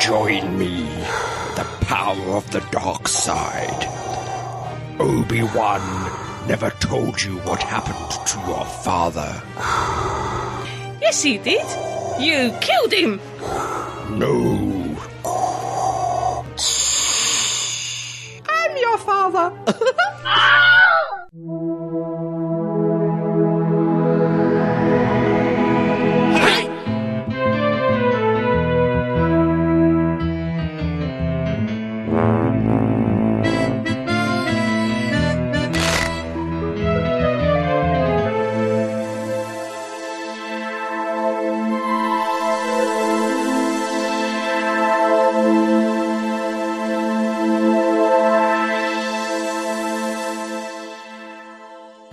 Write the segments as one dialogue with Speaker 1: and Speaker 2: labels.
Speaker 1: Join me, the power of the dark side. Obi-Wan never told you what happened to your father.
Speaker 2: Yes, he did. You killed him.
Speaker 1: No,
Speaker 3: I'm your father.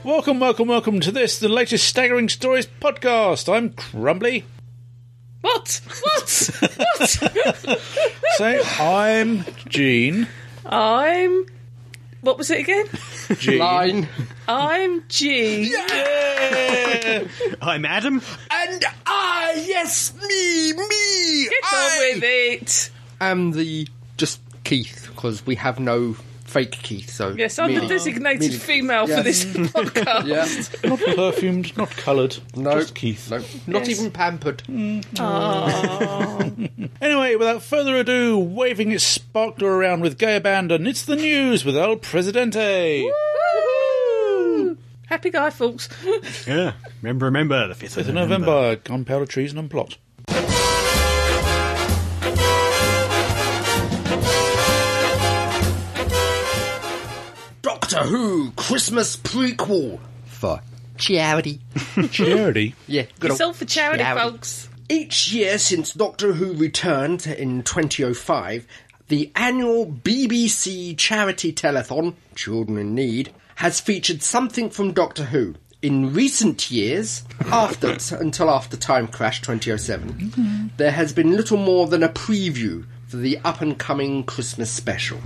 Speaker 4: Welcome, welcome, welcome to this, the latest Staggering Stories podcast. I'm Crumbly.
Speaker 2: What? What? what?
Speaker 4: So I'm Gene.
Speaker 2: I'm. What was it again?
Speaker 4: Gene.
Speaker 5: Line.
Speaker 2: I'm G.
Speaker 4: Yeah.
Speaker 6: I'm Adam.
Speaker 5: And ah, yes, me, me.
Speaker 2: Get
Speaker 5: I
Speaker 2: on with it.
Speaker 5: am the just Keith because we have no fake Keith. So
Speaker 2: Yes, I'm the
Speaker 5: merely-
Speaker 2: designated
Speaker 5: merely-
Speaker 2: female for
Speaker 5: Yes.
Speaker 2: this podcast.
Speaker 5: Yeah,
Speaker 4: not perfumed, not coloured.
Speaker 5: no,
Speaker 4: Just Keith.
Speaker 5: no, not
Speaker 2: Yes.
Speaker 5: even pampered.
Speaker 4: Anyway, without further ado, waving its sparkler around with gay abandon, it's the news with El Presidente.
Speaker 2: Happy Guy Fawkes.
Speaker 6: Yeah. Remember, remember the 5th
Speaker 4: It's
Speaker 6: of November.
Speaker 4: November, gunpowder, treason, and plot.
Speaker 5: Doctor Who Christmas prequel for charity.
Speaker 4: Charity.
Speaker 5: Yeah, good
Speaker 2: It's all for charity,
Speaker 5: charity.
Speaker 2: folks.
Speaker 5: Each year since Doctor Who returned in 2005, the annual BBC charity telethon, Children in Need, has featured something from Doctor Who. In recent years, after until after Time Crash 2007, there has been little more than a preview for the up and coming Christmas special.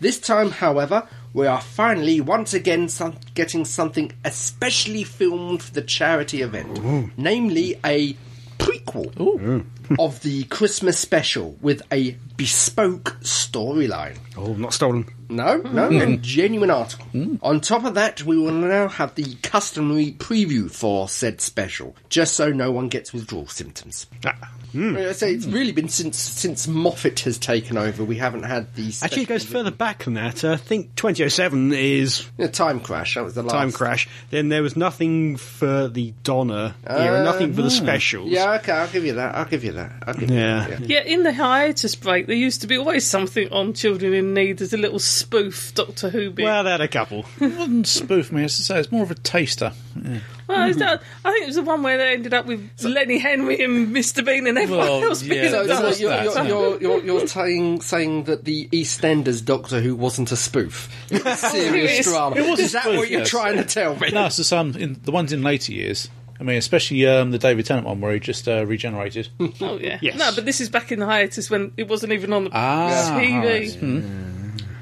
Speaker 5: This time, however, we are finally once again some- getting something especially filmed for the charity event, namely a prequel of the Christmas special with a bespoke storyline.
Speaker 6: Oh, not stolen.
Speaker 5: No, no,
Speaker 4: Hmm.
Speaker 5: a genuine article. On top of that, we will now have the customary preview for said special, just so no one gets withdrawal symptoms.
Speaker 6: Ah.
Speaker 5: I say
Speaker 4: Hmm.
Speaker 5: it's really been since since Moffat has taken over. We haven't had these
Speaker 6: Actually, it goes further back than that. Uh, I think 2007 is
Speaker 5: Yeah, time crash. That was the last
Speaker 6: Time Crash. Then there was nothing for the Donna era, nothing for the specials.
Speaker 5: Yeah, okay, I'll give you that. I'll give you that. I'll give
Speaker 6: Yeah.
Speaker 5: you that.
Speaker 2: Yeah, in the hiatus break, there used to be always something on Children in Need as a little spoof Doctor Who bit.
Speaker 6: Well, they had a couple.
Speaker 4: It wouldn't spoof me, as I say, it's more of a taster.
Speaker 2: Well,
Speaker 6: Mm-hmm.
Speaker 2: is that- I think it was the one where they ended up with Lenny Henry and Mr Bean and everyone
Speaker 4: Well,
Speaker 2: else. being
Speaker 4: yeah,
Speaker 5: So,
Speaker 4: that
Speaker 2: adults.
Speaker 5: so
Speaker 4: was
Speaker 5: you're,
Speaker 4: that,
Speaker 5: you're,
Speaker 4: yeah.
Speaker 5: you're, you're, you're saying, saying that the EastEnders Doctor Who wasn't a spoof. It was
Speaker 2: It is.
Speaker 5: serious drama.
Speaker 4: It was a
Speaker 5: Is that
Speaker 4: spoof,
Speaker 5: what you're
Speaker 4: yes.
Speaker 5: trying to tell me?
Speaker 4: No, it's the some in the ones in later years. I mean, especially um, the David Tennant one where he just uh, regenerated.
Speaker 2: Oh yeah.
Speaker 6: Yes.
Speaker 2: No, but this is back in the hiatus when it wasn't even on the
Speaker 4: Ah,
Speaker 2: TV.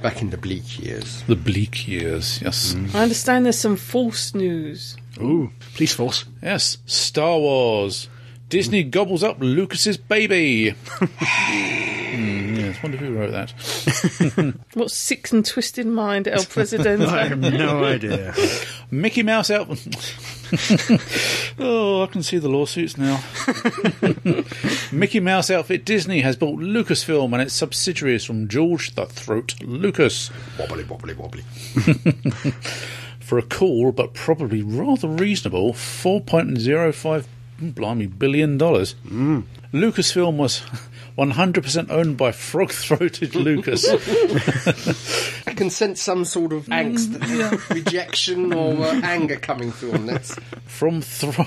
Speaker 5: Back in the bleak years.
Speaker 4: The bleak years, yes.
Speaker 2: I understand there's some false news.
Speaker 6: Ooh, police force.
Speaker 4: Yes, Star Wars. Disney gobbles up Lucas's baby. Hmm, yes, wonder who wrote that.
Speaker 2: What sick and twisted mind, El Presidente?
Speaker 6: no idea.
Speaker 4: Mickey Mouse out. oh, I can see the lawsuits now. Mickey Mouse outfit Disney has bought Lucasfilm and its subsidiaries from George the Throat Lucas
Speaker 5: Wobbly, wobbly, wobbly.
Speaker 4: for a cool but probably rather reasonable 4.05 blimey billion dollars. Lucasfilm was 100% owned by frog-throated Lucas.
Speaker 5: I can sense some sort of angst, rejection, or uh, anger coming through on this.
Speaker 4: from thro-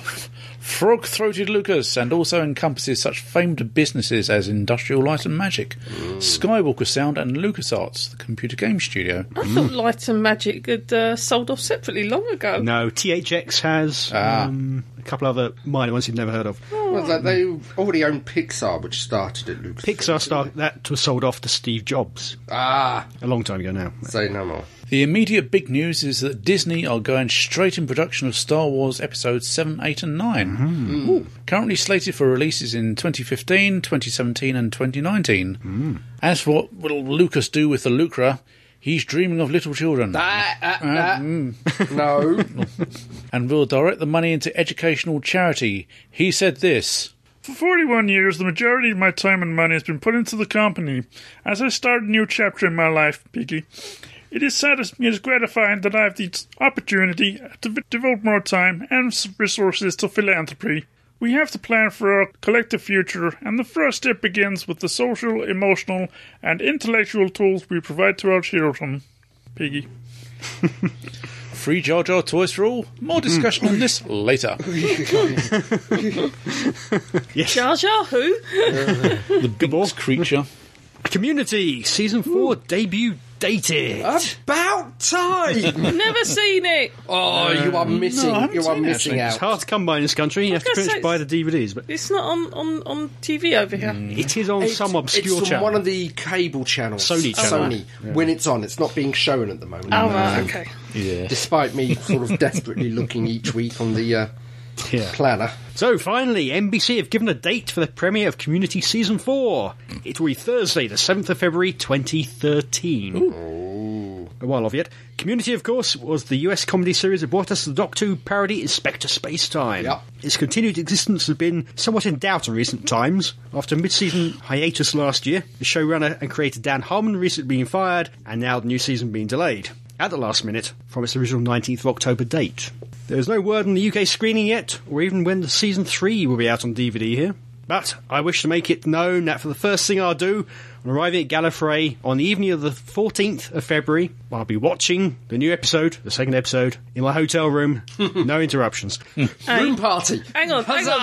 Speaker 4: Frog Throated Lucas and also encompasses such famed businesses as Industrial Light and Magic, Skywalker Sound, and LucasArts, the computer game studio.
Speaker 2: I thought Light and Magic had uh, sold off separately long ago.
Speaker 6: No, THX has um, a couple other minor ones you've never heard of.
Speaker 2: Oh.
Speaker 5: Well, it's like they already own Pixar, which started at Lucas.
Speaker 6: Pixar star that was sold off to Steve Jobs
Speaker 5: Ah,
Speaker 6: a long time ago now.
Speaker 5: say no more.
Speaker 4: The immediate big news is that Disney are going straight in production of Star Wars episodes 7, 8, and 9. Ooh. Currently slated for releases in 2015, 2017, and 2019. As for what will Lucas do with the Lucra, he's dreaming of little children
Speaker 2: Uh,
Speaker 5: Ah, ah, ah. No.
Speaker 4: and will direct the money into educational charity. He said this. For 41 years, the majority of my time and money has been put into the company as I start a new chapter in my life, Piggy. It is satis- it is gratifying that I have the opportunity to v- devote more time and s- resources to philanthropy. We have to plan for our collective future, and the first step begins with the social, emotional, and intellectual tools we provide to our children. Piggy. Free Jar Jar toys for all? More discussion on this later.
Speaker 2: Jar Jar who?
Speaker 4: The Binks creature.
Speaker 6: Community season four debut dated.
Speaker 5: About time.
Speaker 2: Never seen it.
Speaker 5: Oh, you are missing.
Speaker 4: haven't
Speaker 5: you are
Speaker 4: seen it,
Speaker 5: missing
Speaker 4: actually.
Speaker 6: it's
Speaker 5: out.
Speaker 6: hard to come by in this country. You have to
Speaker 2: Like I
Speaker 6: pretty
Speaker 2: say-
Speaker 6: much buy the DVDs, but
Speaker 2: It's not on, on, on TV over here.
Speaker 6: it is on some obscure
Speaker 5: it's from
Speaker 6: channel.
Speaker 5: one of the cable channels.
Speaker 6: Sony channel.
Speaker 5: Sony. When it's on, it's not being shown at the moment. Um,
Speaker 2: Oh, right, okay.
Speaker 4: Yeah.
Speaker 5: Despite me sort of desperately looking each week on the uh,
Speaker 6: Yeah.
Speaker 5: planner.
Speaker 6: So finally, NBC have given a date for the premiere of Community season four. It will be Thursday, the seventh of February, twenty thirteen. A while off yet. Community, of course, was the US comedy series that brought us the Doctor Who parody Inspector Space Time.
Speaker 5: Yep.
Speaker 6: Its continued existence has been somewhat in doubt in recent times. After a mid-season hiatus last year, the showrunner and creator Dan Harmon recently being fired, and now the new season being delayed at the last minute from its original 19th of October date. There is no word on the UK screening yet, or even when the season three will be out on DVD here. But I wish to make it known that for the first thing I'll do on arriving at Gallifrey on the evening of the 14th of February, I'll be watching the new episode, the second episode, in my hotel room, no interruptions.
Speaker 5: Room party.
Speaker 2: Hang on, hang on,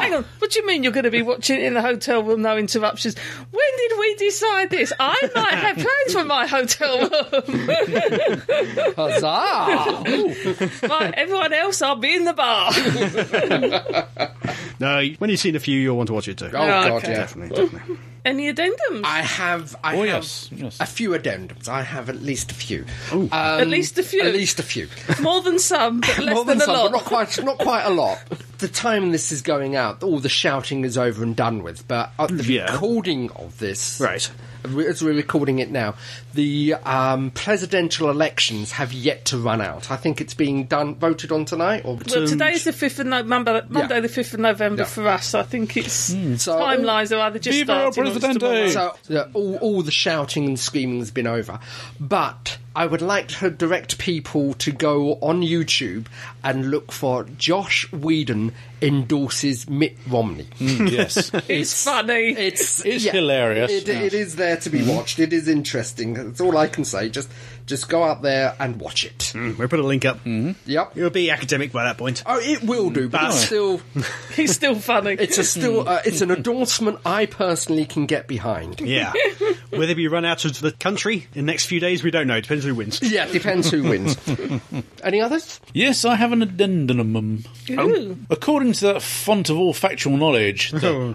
Speaker 2: hang on. What do you mean you're going to be watching it in the hotel room, no interruptions? When did we decide this? I might have plans for my hotel room.
Speaker 5: Huzzah! Oh,
Speaker 2: like everyone else, I'll be in the bar.
Speaker 6: No, when you've seen a few, you'll want to watch it too.
Speaker 5: Oh, God,
Speaker 2: okay.
Speaker 5: yeah.
Speaker 6: Definitely, definitely.
Speaker 2: Any addendums?
Speaker 5: I have. I
Speaker 4: Oh,
Speaker 5: have
Speaker 4: yes, yes.
Speaker 5: A few addendums. I have at least a few. Um,
Speaker 2: At least a few.
Speaker 5: At least a few.
Speaker 2: More than some, but less
Speaker 5: More than
Speaker 2: a
Speaker 5: some,
Speaker 2: lot.
Speaker 5: but not quite, not quite a lot. The time this is going out, all the shouting is over and done with. But at the
Speaker 6: Yeah.
Speaker 5: recording of this,
Speaker 6: Right.
Speaker 5: as we're recording it now, the um, presidential elections have yet to run out. I think it's being done voted on tonight, or
Speaker 2: Well, today is the fifth of November. Monday,
Speaker 5: Yeah.
Speaker 2: the fifth of November
Speaker 5: Yeah. Hmm,
Speaker 2: for us. I think it's
Speaker 5: So-
Speaker 2: timelines are either just
Speaker 4: Viva
Speaker 2: starting or it's
Speaker 4: Presidente!
Speaker 2: tomorrow.
Speaker 5: So yeah, all, all the shouting and screaming has been over. But I would like to direct people to go on YouTube and look for Josh Whedon endorses Mitt Romney.
Speaker 4: yes.
Speaker 2: it's, funny.
Speaker 5: It's
Speaker 4: Mm. It's hilarious, Mm.
Speaker 5: It,
Speaker 4: yes.
Speaker 5: it is there to be watched. It is interesting. That's all I can say. Just just go out there and watch it.
Speaker 4: Mm.
Speaker 6: We'll put a link up.
Speaker 5: Yep.
Speaker 6: It'll be academic by that point.
Speaker 5: Oh, it will do, but it's
Speaker 6: Bye.
Speaker 5: still
Speaker 2: it's still funny.
Speaker 5: it's a still uh, it's an endorsement I personally can get behind.
Speaker 6: Yeah. Whether we run out of the country in the next few days, we don't know. It depends who wins.
Speaker 5: Yeah, depends who wins. Any others?
Speaker 4: yes, I have an addendum.
Speaker 2: Ooh.
Speaker 4: According to that font of all factual knowledge, the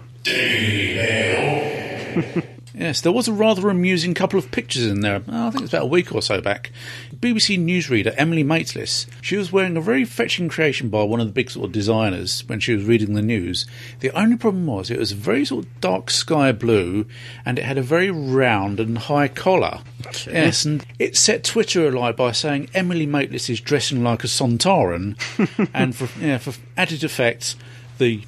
Speaker 4: yes, there was a rather amusing couple of pictures in there. oh, I think it's about a week or so back. BBC newsreader Emily Maitlis. She was wearing a very fetching creation by one of the big sort of designers when she was reading the news. The only problem was it was a very sort of dark sky blue, and it had a very round and high collar. Yes, and it set Twitter alight by saying Emily Maitlis is dressing like a Sontaran, and for, yeah, for added effect, the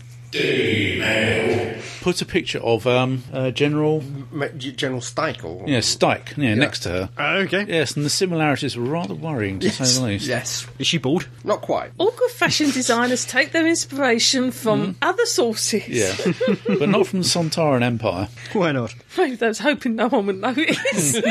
Speaker 4: put a picture of um, uh, General
Speaker 5: Ma- G- General Steichel.
Speaker 4: yeah, Stike yeah, next to her.
Speaker 6: Oh, okay.
Speaker 4: Yes, and the similarities were rather worrying, to say the least.
Speaker 5: Yes,
Speaker 6: Is she bald?
Speaker 5: not quite.
Speaker 2: All good fashion designers take their inspiration
Speaker 5: Hmm.
Speaker 2: from other sources.
Speaker 4: Yeah. but not from the Sontaran Empire.
Speaker 6: Why not?
Speaker 2: Maybe I was hoping no one would notice.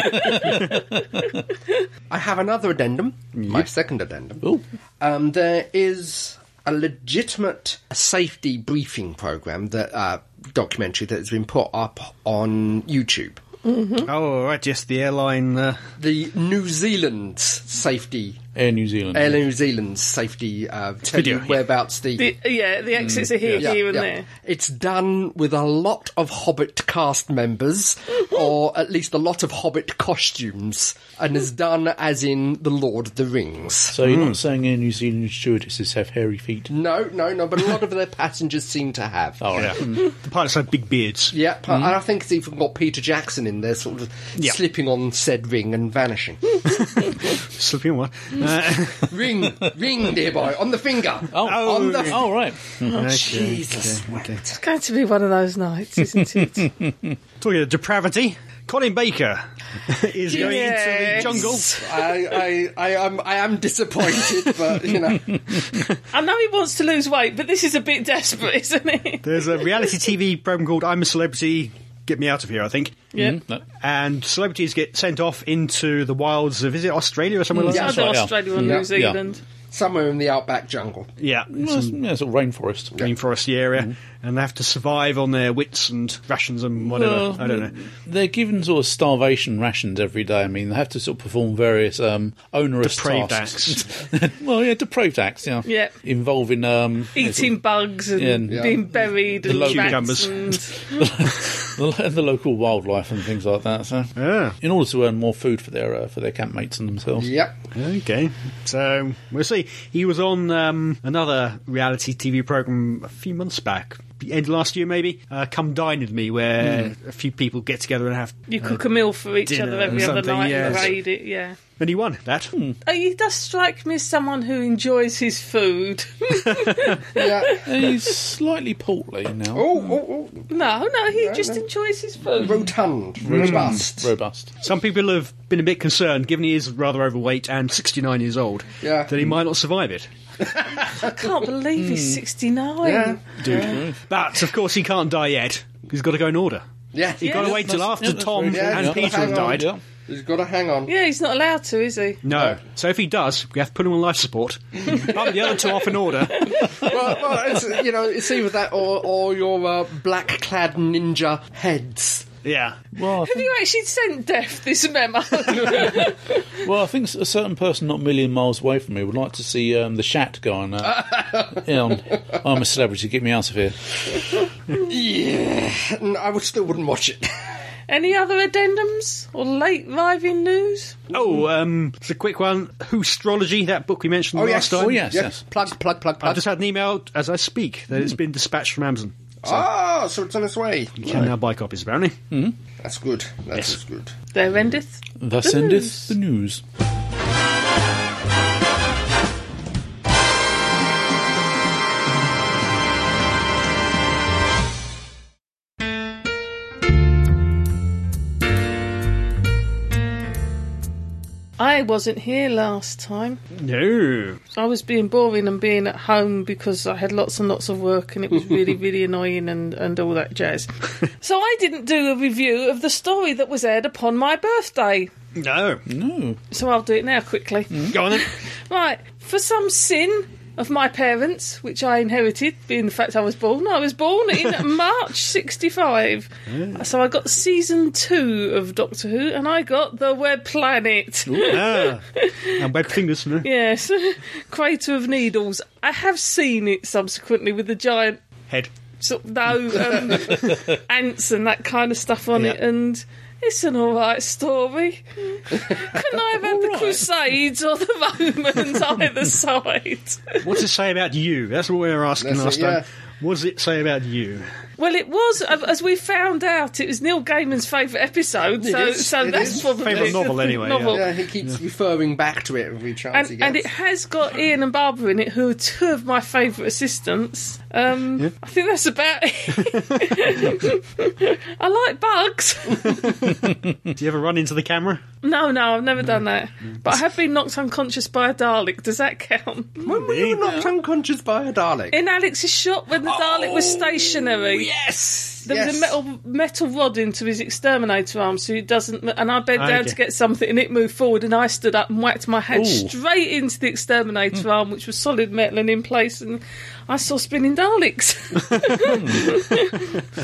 Speaker 5: I have another addendum. My second addendum.
Speaker 4: Oh,
Speaker 5: Um, there is a legitimate safety briefing program that uh, documentary that has been put up on YouTube.
Speaker 6: Oh, all right. Yes, the airline. Uh,
Speaker 5: The New Zealand safety
Speaker 4: Air New Zealand.
Speaker 5: Air New Zealand's safety uh, tell
Speaker 6: Video,
Speaker 5: you
Speaker 6: yeah.
Speaker 5: whereabouts the,
Speaker 2: The, yeah, the exits are here,
Speaker 5: Yeah,
Speaker 2: here, and
Speaker 5: yeah.
Speaker 2: there.
Speaker 5: It's done with a lot of Hobbit cast members, or at least a lot of Hobbit costumes, and is done as in The Lord of the Rings.
Speaker 4: So you're not saying Air New Zealand stewardesses have hairy feet?
Speaker 5: No, no, no, but a lot of their passengers seem to have.
Speaker 4: All right.
Speaker 6: The pilots have big beards.
Speaker 5: Yeah,
Speaker 4: Hmm.
Speaker 5: pa- and I think it's even got Peter Jackson in there, sort of
Speaker 6: Yeah.
Speaker 5: slipping on said ring and vanishing.
Speaker 6: Slipping on one. Uh,
Speaker 5: ring, ring, dear boy, on the finger.
Speaker 4: Oh,
Speaker 5: on the
Speaker 4: oh, right.
Speaker 5: Jesus.
Speaker 2: It's going to be one of those nights, isn't it?
Speaker 6: talking of depravity, Colin Baker is going
Speaker 2: Yes.
Speaker 6: into the jungle.
Speaker 5: I, I, I, am, I am disappointed, but you know.
Speaker 2: I know he wants to lose weight, but this is a bit desperate, isn't it?
Speaker 6: There's a reality TV program called I'm a Celebrity, Get Me Out of Here, I think.
Speaker 2: Yep.
Speaker 4: No.
Speaker 6: And celebrities get sent off into the wilds of, is it Australia or somewhere like
Speaker 2: Yeah,
Speaker 6: that?
Speaker 2: Either
Speaker 4: right, yeah.
Speaker 2: Australia or
Speaker 5: Yeah.
Speaker 2: New Zealand.
Speaker 5: Somewhere in the outback jungle.
Speaker 6: Yeah.
Speaker 4: Well, it's, yeah, it's a rainforest.
Speaker 6: Rainforest area, and they have to survive on their wits and rations and whatever.
Speaker 4: Well, mm.
Speaker 6: I don't know.
Speaker 4: They're given sort of starvation rations every day. I mean, they have to sort of perform various um, onerous
Speaker 6: Depraved
Speaker 4: tasks. well, yeah, depraved acts. Yeah,
Speaker 2: Yeah.
Speaker 4: involving um,
Speaker 2: Eating bugs and,
Speaker 4: Yeah, and-
Speaker 2: being buried and
Speaker 4: local-
Speaker 2: rats
Speaker 6: Cucumbers.
Speaker 2: and
Speaker 4: the, the local wildlife and things like that. So,
Speaker 6: Ah,
Speaker 4: in order to earn more food for their uh, for their campmates and themselves.
Speaker 5: Yep.
Speaker 6: okay. So we'll see. He was on um, another reality TV program a few months back, the end of last year maybe. Uh, Come dine with me, where
Speaker 4: Hmm.
Speaker 6: a few people get together and have.
Speaker 2: you cook a meal for each
Speaker 6: dinner
Speaker 2: other
Speaker 6: or
Speaker 2: every other
Speaker 6: something,
Speaker 2: night and
Speaker 6: yes.
Speaker 2: raid it, yeah.
Speaker 6: And he won that.
Speaker 4: Hmm.
Speaker 2: Uh, He does strike me as someone who enjoys his food.
Speaker 5: Yeah.
Speaker 4: And he's slightly portly now.
Speaker 5: Oh, oh, oh.
Speaker 2: no, no, he just enjoys his food.
Speaker 5: Rotund. Robust.
Speaker 4: Robust.
Speaker 6: Some people have been a bit concerned, given he is rather overweight and 69 years old,
Speaker 5: Yeah.
Speaker 6: that he might not survive it.
Speaker 2: I can't believe he's 69.
Speaker 5: Yeah.
Speaker 6: But of course, he can't die yet. He's got to go in order.
Speaker 5: Yeah.
Speaker 6: You've got to wait till
Speaker 4: that's-
Speaker 6: after
Speaker 4: yeah, that's
Speaker 6: Tom
Speaker 4: very
Speaker 5: good.
Speaker 6: and
Speaker 5: Yeah,
Speaker 6: Peter
Speaker 5: hang
Speaker 6: have
Speaker 5: on.
Speaker 6: died.
Speaker 4: Yeah.
Speaker 5: He's got to hang on.
Speaker 2: Yeah, he's not allowed to, is he?
Speaker 6: No. So if he does, we have to put him on life support. Bump the other two off in order.
Speaker 5: well, well, it's, you know, it's either that or, or your uh, black clad ninja heads.
Speaker 6: Yeah.
Speaker 4: Well, I
Speaker 2: Have you actually sent Def this memo?
Speaker 4: Well, I think a certain person not a million miles away from me would like to see um, the Shat go on. Uh, yeah, on, I'm a celebrity. Get me out of here.
Speaker 5: Yeah. And I would, still wouldn't watch it.
Speaker 2: Any other addendums or late arriving news?
Speaker 6: Oh, um, it's a quick one. Whostrology, that book we mentioned
Speaker 5: Oh,
Speaker 6: last
Speaker 5: yes.
Speaker 6: time.
Speaker 4: Oh, yes,
Speaker 5: Yeah.
Speaker 4: yes.
Speaker 5: Plug, plug, plug,
Speaker 6: I've
Speaker 5: plug.
Speaker 6: just had an email as I speak that it's
Speaker 5: Hmm.
Speaker 6: been dispatched from Amazon.
Speaker 5: Ah, so it's on its way.
Speaker 6: You can now buy copies, apparently.
Speaker 5: Hmm. That's good. That is good.
Speaker 2: There endeth.
Speaker 4: Thus endeth the news.
Speaker 2: I wasn't here last time.
Speaker 6: No.
Speaker 2: I was being boring and being at home because I had lots and lots of work and it was really, really annoying and, and all that jazz. so I didn't do a review of the story that was aired upon my birthday.
Speaker 6: No.
Speaker 5: Hmm.
Speaker 4: No.
Speaker 2: So I'll do it now quickly.
Speaker 6: Go on then.
Speaker 2: Right, for some sin of my parents, which I inherited, being the fact I was born, I was born in March 65. So I got season two of Doctor Who and I got The Web Planet.
Speaker 6: Ah. And web fingers. No?
Speaker 2: Yes, Crater of Needles. I have seen it subsequently with the giant
Speaker 6: Head.
Speaker 2: sort of no um, ants and that kind of stuff on it, and it's an all right story. Couldn't I have had the Crusades or the Romans either side?
Speaker 6: What's it say about you? That's what we were asking
Speaker 5: That's
Speaker 6: last
Speaker 5: it, yeah.
Speaker 6: time. What does it say about you?
Speaker 2: Well, it was, as we found out, it was Neil Gaiman's favourite episode, so,
Speaker 5: is,
Speaker 2: so
Speaker 5: it
Speaker 2: that's
Speaker 5: is.
Speaker 2: probably
Speaker 6: Favourite novel anyway, yeah.
Speaker 2: novel.
Speaker 5: Yeah, he keeps referring back to it every chance he
Speaker 2: And,
Speaker 5: gets.
Speaker 2: and it has got Ian and Barbara in it, who are two of my favourite assistants. Um, I think that's about it. I like bugs.
Speaker 6: Do you ever run into the camera?
Speaker 2: No, no, I've never done that.
Speaker 5: Mm.
Speaker 2: But I have been knocked unconscious by a Dalek. Does that count?
Speaker 5: when were you knocked unconscious by a Dalek?
Speaker 2: In Alex's shop when the Dalek was stationary. Yes. There was
Speaker 5: Yes.
Speaker 2: a metal metal rod into his exterminator arm, so he doesn't. And I bent down
Speaker 6: Okay.
Speaker 2: to get something, and it moved forward, and I stood up and whacked my head
Speaker 4: Ooh.
Speaker 2: straight into the exterminator arm, which was solid metal and in place, and I saw spinning Daleks.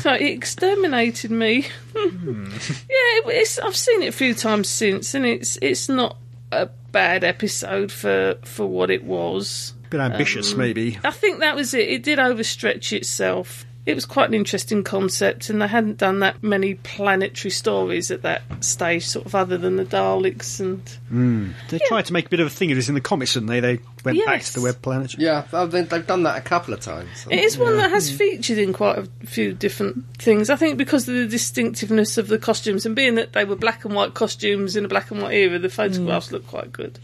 Speaker 2: so it exterminated me. yeah, it, it's, I've seen it a few times since, and it's it's not a bad episode for for what it was.
Speaker 6: Bit
Speaker 5: Um,
Speaker 6: ambitious, maybe.
Speaker 2: I think that was it. It did overstretch itself. It was quite an interesting concept, and they hadn't done that many planetary stories at that stage, sort of other than the Daleks and
Speaker 6: They tried to make a bit of a thing of this in the comics, didn't they? They went back to the
Speaker 2: Yes.
Speaker 6: web planet.
Speaker 5: Yeah, I think they've done that a couple of times.
Speaker 2: It is one that has featured in quite a few different things. I think because of the distinctiveness of the costumes and being that they were black and white costumes in a black and white era, the photographs look quite good.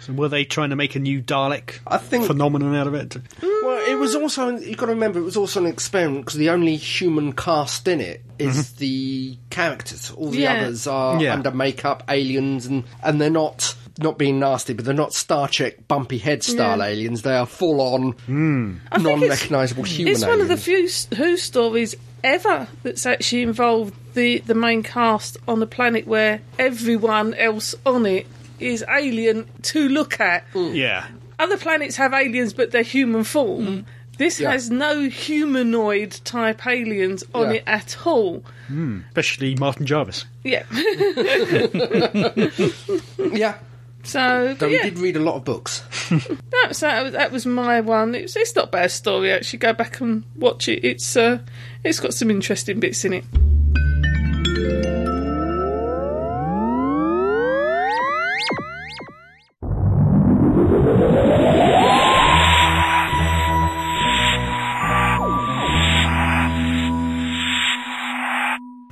Speaker 6: So were they trying to make a new Dalek
Speaker 5: I think-
Speaker 6: phenomenon out of it?
Speaker 5: Well, it was also you've got to remember it was also an experiment because the only human cast in it is the characters. All the
Speaker 2: Yeah.
Speaker 5: others are
Speaker 6: Yeah.
Speaker 5: under makeup, aliens, and and they're not not being nasty, but they're not Star Trek bumpy head style
Speaker 2: Yeah.
Speaker 5: aliens. They are full on
Speaker 2: I think it's-
Speaker 5: non-recognizable human.
Speaker 2: It's one of the
Speaker 5: aliens.
Speaker 2: few s- Who stories ever that's actually involved the, the main cast on a planet where everyone else on it is alien to look at.
Speaker 5: Mm.
Speaker 6: Yeah.
Speaker 2: Other planets have aliens, but they're human form. This
Speaker 5: Mm. Yeah.
Speaker 2: has no humanoid type aliens on
Speaker 5: Yeah.
Speaker 2: it at all.
Speaker 6: Especially Martin Jarvis.
Speaker 2: Yeah.
Speaker 5: yeah.
Speaker 2: so,
Speaker 5: Though
Speaker 2: but yeah.
Speaker 5: we did read a lot of books.
Speaker 2: No, so that was, that was my one. It's, it's not a bad story actually. Go back and watch it. It's uh, it's got some interesting bits in it.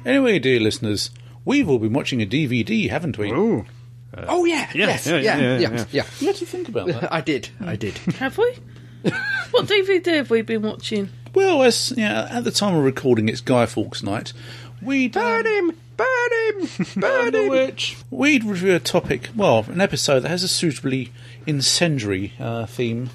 Speaker 4: Anyway, dear listeners, we've all been watching a DVD, haven't we?
Speaker 6: Ooh.
Speaker 5: oh yeah,
Speaker 6: yeah,
Speaker 5: yes,
Speaker 6: yeah,
Speaker 5: yeah,
Speaker 6: yeah,
Speaker 5: yeah,
Speaker 6: yeah,
Speaker 5: yeah.
Speaker 4: You had to think about that.
Speaker 5: I did, I did.
Speaker 2: Have we? what DVD have we been watching?
Speaker 4: well, as, yeah, at the time of recording, it's Guy Fawkes night. We'd, um,
Speaker 5: burn him, burn him, burn
Speaker 4: the
Speaker 5: him.
Speaker 4: witch. We'd review a topic, well, an episode that has a suitably incendiary uh, theme.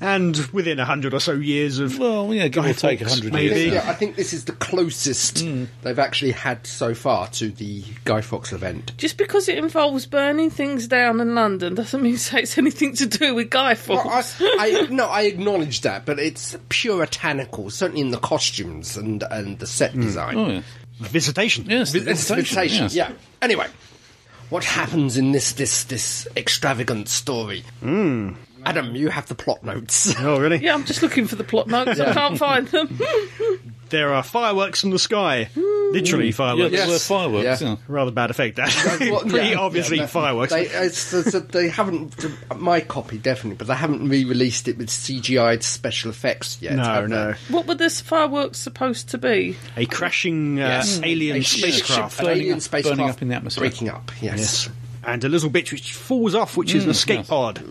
Speaker 6: And within a hundred or so years of.
Speaker 4: Well, yeah, give
Speaker 6: Guy
Speaker 4: or take a
Speaker 6: Fawkes,
Speaker 4: hundred
Speaker 6: maybe.
Speaker 4: years.
Speaker 5: Yeah, I think this is the closest
Speaker 2: Hmm.
Speaker 5: they've actually had so far to the Guy Fawkes event.
Speaker 2: Just because it involves burning things down in London doesn't mean it's it's anything to do with Guy Fawkes.
Speaker 5: I, I, no, I acknowledge that, but it's puritanical, certainly in the costumes and and the set design.
Speaker 4: Oh, yeah.
Speaker 6: Visitation.
Speaker 4: Yes,
Speaker 5: Vis- it's visitation,
Speaker 4: yes.
Speaker 5: yeah. Anyway, what happens in this this this extravagant story? Adam, you have the plot notes.
Speaker 6: Oh, really?
Speaker 2: yeah, I'm just looking for the plot notes. I can't find them.
Speaker 6: There are fireworks in the sky. Literally
Speaker 4: Yeah,
Speaker 6: fireworks.
Speaker 4: there
Speaker 5: Yes.
Speaker 4: were fireworks.
Speaker 5: Yeah.
Speaker 4: Yeah.
Speaker 6: Rather bad effect, that.
Speaker 5: Well,
Speaker 6: Pretty
Speaker 5: yeah,
Speaker 6: obviously
Speaker 5: yeah, no,
Speaker 6: fireworks.
Speaker 5: They, uh, it's, it's, they haven't my copy definitely, but they haven't re-released it with CGI special effects yet.
Speaker 6: no,
Speaker 5: have they?
Speaker 6: no.
Speaker 2: What were this fireworks supposed to be?
Speaker 6: A crashing uh,
Speaker 5: Yes.
Speaker 6: alien
Speaker 5: A ship
Speaker 6: spacecraft.
Speaker 5: An
Speaker 4: Burning
Speaker 5: alien
Speaker 4: up-
Speaker 5: spacecraft
Speaker 4: burning up in the atmosphere.
Speaker 5: Breaking up, yes.
Speaker 6: Yes. And a little bit which falls off, which is an escape
Speaker 4: yes.
Speaker 6: pod.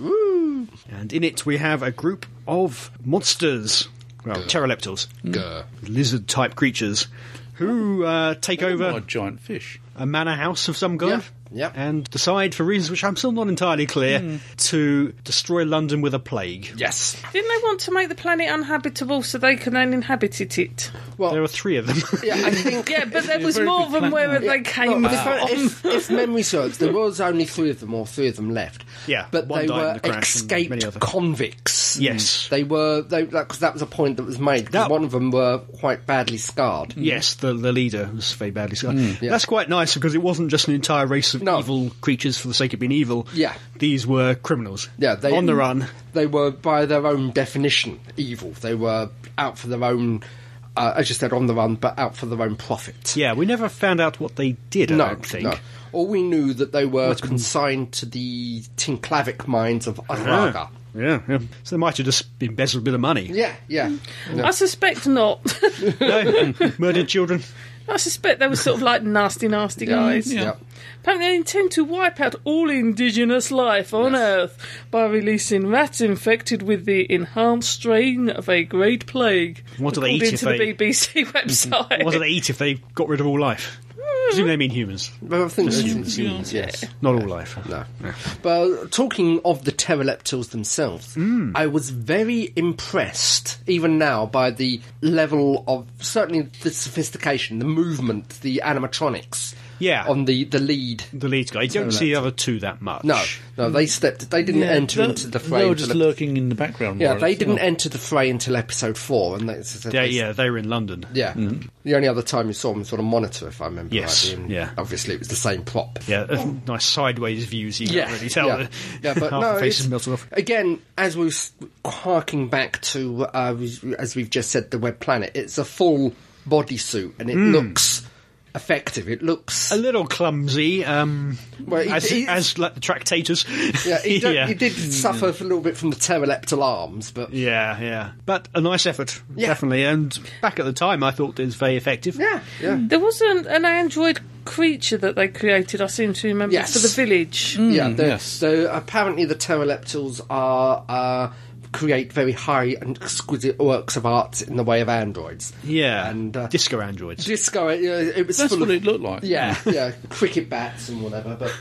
Speaker 6: And in it we have a group of monsters. Well, pteroleptils.
Speaker 5: Grr.
Speaker 6: Lizard type creatures. Who uh, take
Speaker 4: What a
Speaker 6: over
Speaker 4: giant fish.
Speaker 6: a manor house of some kind
Speaker 5: Yeah, Hmm. yeah.
Speaker 6: and decide, for reasons which I'm still not entirely clear, to destroy London with a plague.
Speaker 5: Yes.
Speaker 2: Didn't they want to make the planet unhabitable so they can uninhabit it?
Speaker 5: Well,
Speaker 6: There are three of them.
Speaker 5: yeah, I think.
Speaker 2: Yeah, but there was
Speaker 4: very
Speaker 2: more
Speaker 4: big
Speaker 2: of them
Speaker 4: planet.
Speaker 2: where they
Speaker 6: Oh,
Speaker 2: came
Speaker 5: Well,
Speaker 2: from.
Speaker 5: if, if, if memory serves, there was only three of them, or three of them left.
Speaker 6: Yeah,
Speaker 5: but
Speaker 6: one
Speaker 5: they
Speaker 6: died in
Speaker 5: were
Speaker 6: the crash and many
Speaker 5: escaped
Speaker 6: other-
Speaker 5: convicts. Mm.
Speaker 6: Yes.
Speaker 5: they were. They because that was a point that was made. 'cause
Speaker 6: That- Mm.
Speaker 5: one of them were quite badly scarred.
Speaker 6: Yes, the, the leader was very badly scarred.
Speaker 5: Hmm. yeah.
Speaker 6: That's quite nice because it wasn't just an entire race of
Speaker 5: No.
Speaker 6: evil creatures for the sake of being evil.
Speaker 5: Yeah.
Speaker 6: These were criminals.
Speaker 5: Yeah, they
Speaker 6: on the run.
Speaker 5: They were, by their own definition, evil. They were out for their own, uh, as you said, on the run, but out for their own profit.
Speaker 6: Yeah, we never found out what they did, I
Speaker 5: no,
Speaker 6: don't think.
Speaker 5: no. All we knew that they were consigned to the Tinklavic mines of
Speaker 6: Uh-huh.
Speaker 5: Araga.
Speaker 6: Ah. Yeah, yeah. So they might have just embezzled a bit of money.
Speaker 5: Yeah,
Speaker 6: Mm.
Speaker 5: yeah.
Speaker 2: I suspect not.
Speaker 6: No? Murdered children.
Speaker 2: I suspect they were sort of like nasty, nasty guys.
Speaker 5: yeah.
Speaker 2: Apparently, they intend to wipe out all indigenous life on Earth by releasing rats infected with the enhanced strain of a great plague.
Speaker 6: What do they
Speaker 2: according
Speaker 6: eat if
Speaker 2: to
Speaker 6: they-
Speaker 2: the BBC website.
Speaker 6: What do they eat if they got rid of all life? Presume they mean humans,
Speaker 5: Well, I think it's humans, humans, yes.
Speaker 6: not all life.
Speaker 5: No. But talking of the pteroleptils themselves,
Speaker 6: Mm.
Speaker 5: I was very impressed, even now, by the level of certainly the sophistication, the movement, the animatronics.
Speaker 6: Yeah.
Speaker 5: on the, the lead.
Speaker 6: The lead guy. You don't see the other two that much.
Speaker 5: No, no, they stepped. They didn't enter
Speaker 4: they're-
Speaker 5: into the
Speaker 4: They
Speaker 5: frame.
Speaker 4: were just
Speaker 5: until-
Speaker 4: lurking in the background. more
Speaker 5: yeah,
Speaker 4: or
Speaker 5: they
Speaker 4: less.
Speaker 5: didn't enter the fray until episode four, and that's that's-
Speaker 6: They, yeah, they were in London.
Speaker 5: Yeah. The only other time you saw him was on a monitor, if I remember
Speaker 6: Yes,
Speaker 5: rightly. and
Speaker 6: yeah.
Speaker 5: Obviously, it was the same prop.
Speaker 6: Yeah, nice sideways views. You can't really tell.
Speaker 5: Yeah,
Speaker 6: that
Speaker 5: yeah but
Speaker 6: half
Speaker 5: no.
Speaker 6: the face
Speaker 5: it's-
Speaker 6: is melted off.
Speaker 5: Again, as we we're harking back to, uh, we- as we've just said, the Web Planet, it's a full bodysuit and it looks effective. It looks.
Speaker 6: Hmm. A little clumsy, um,
Speaker 5: Well, he-
Speaker 6: as,
Speaker 5: he-
Speaker 6: as like the tractators.
Speaker 5: yeah, he, did-
Speaker 6: yeah. Hmm.
Speaker 5: he did suffer a little bit from the pteroleptal arms, but
Speaker 6: Yeah, yeah. But a nice effort,
Speaker 5: Yeah.
Speaker 6: definitely. And back at the time, I thought it was very effective.
Speaker 5: yeah, yeah,
Speaker 2: There was an, an android creature that they created, I seem to remember,
Speaker 5: Yes.
Speaker 2: for the village.
Speaker 6: Mm. Hmm.
Speaker 5: yeah. the-
Speaker 4: yes.
Speaker 5: So apparently, the pteroleptils are. Uh, create very high and exquisite works of art in the way of androids.
Speaker 6: Yeah.
Speaker 5: And uh,
Speaker 6: Disco androids.
Speaker 5: disco. It, it was
Speaker 4: That's
Speaker 5: full
Speaker 4: what
Speaker 5: of,
Speaker 4: it looked like.
Speaker 5: Yeah, yeah, cricket bats and whatever. But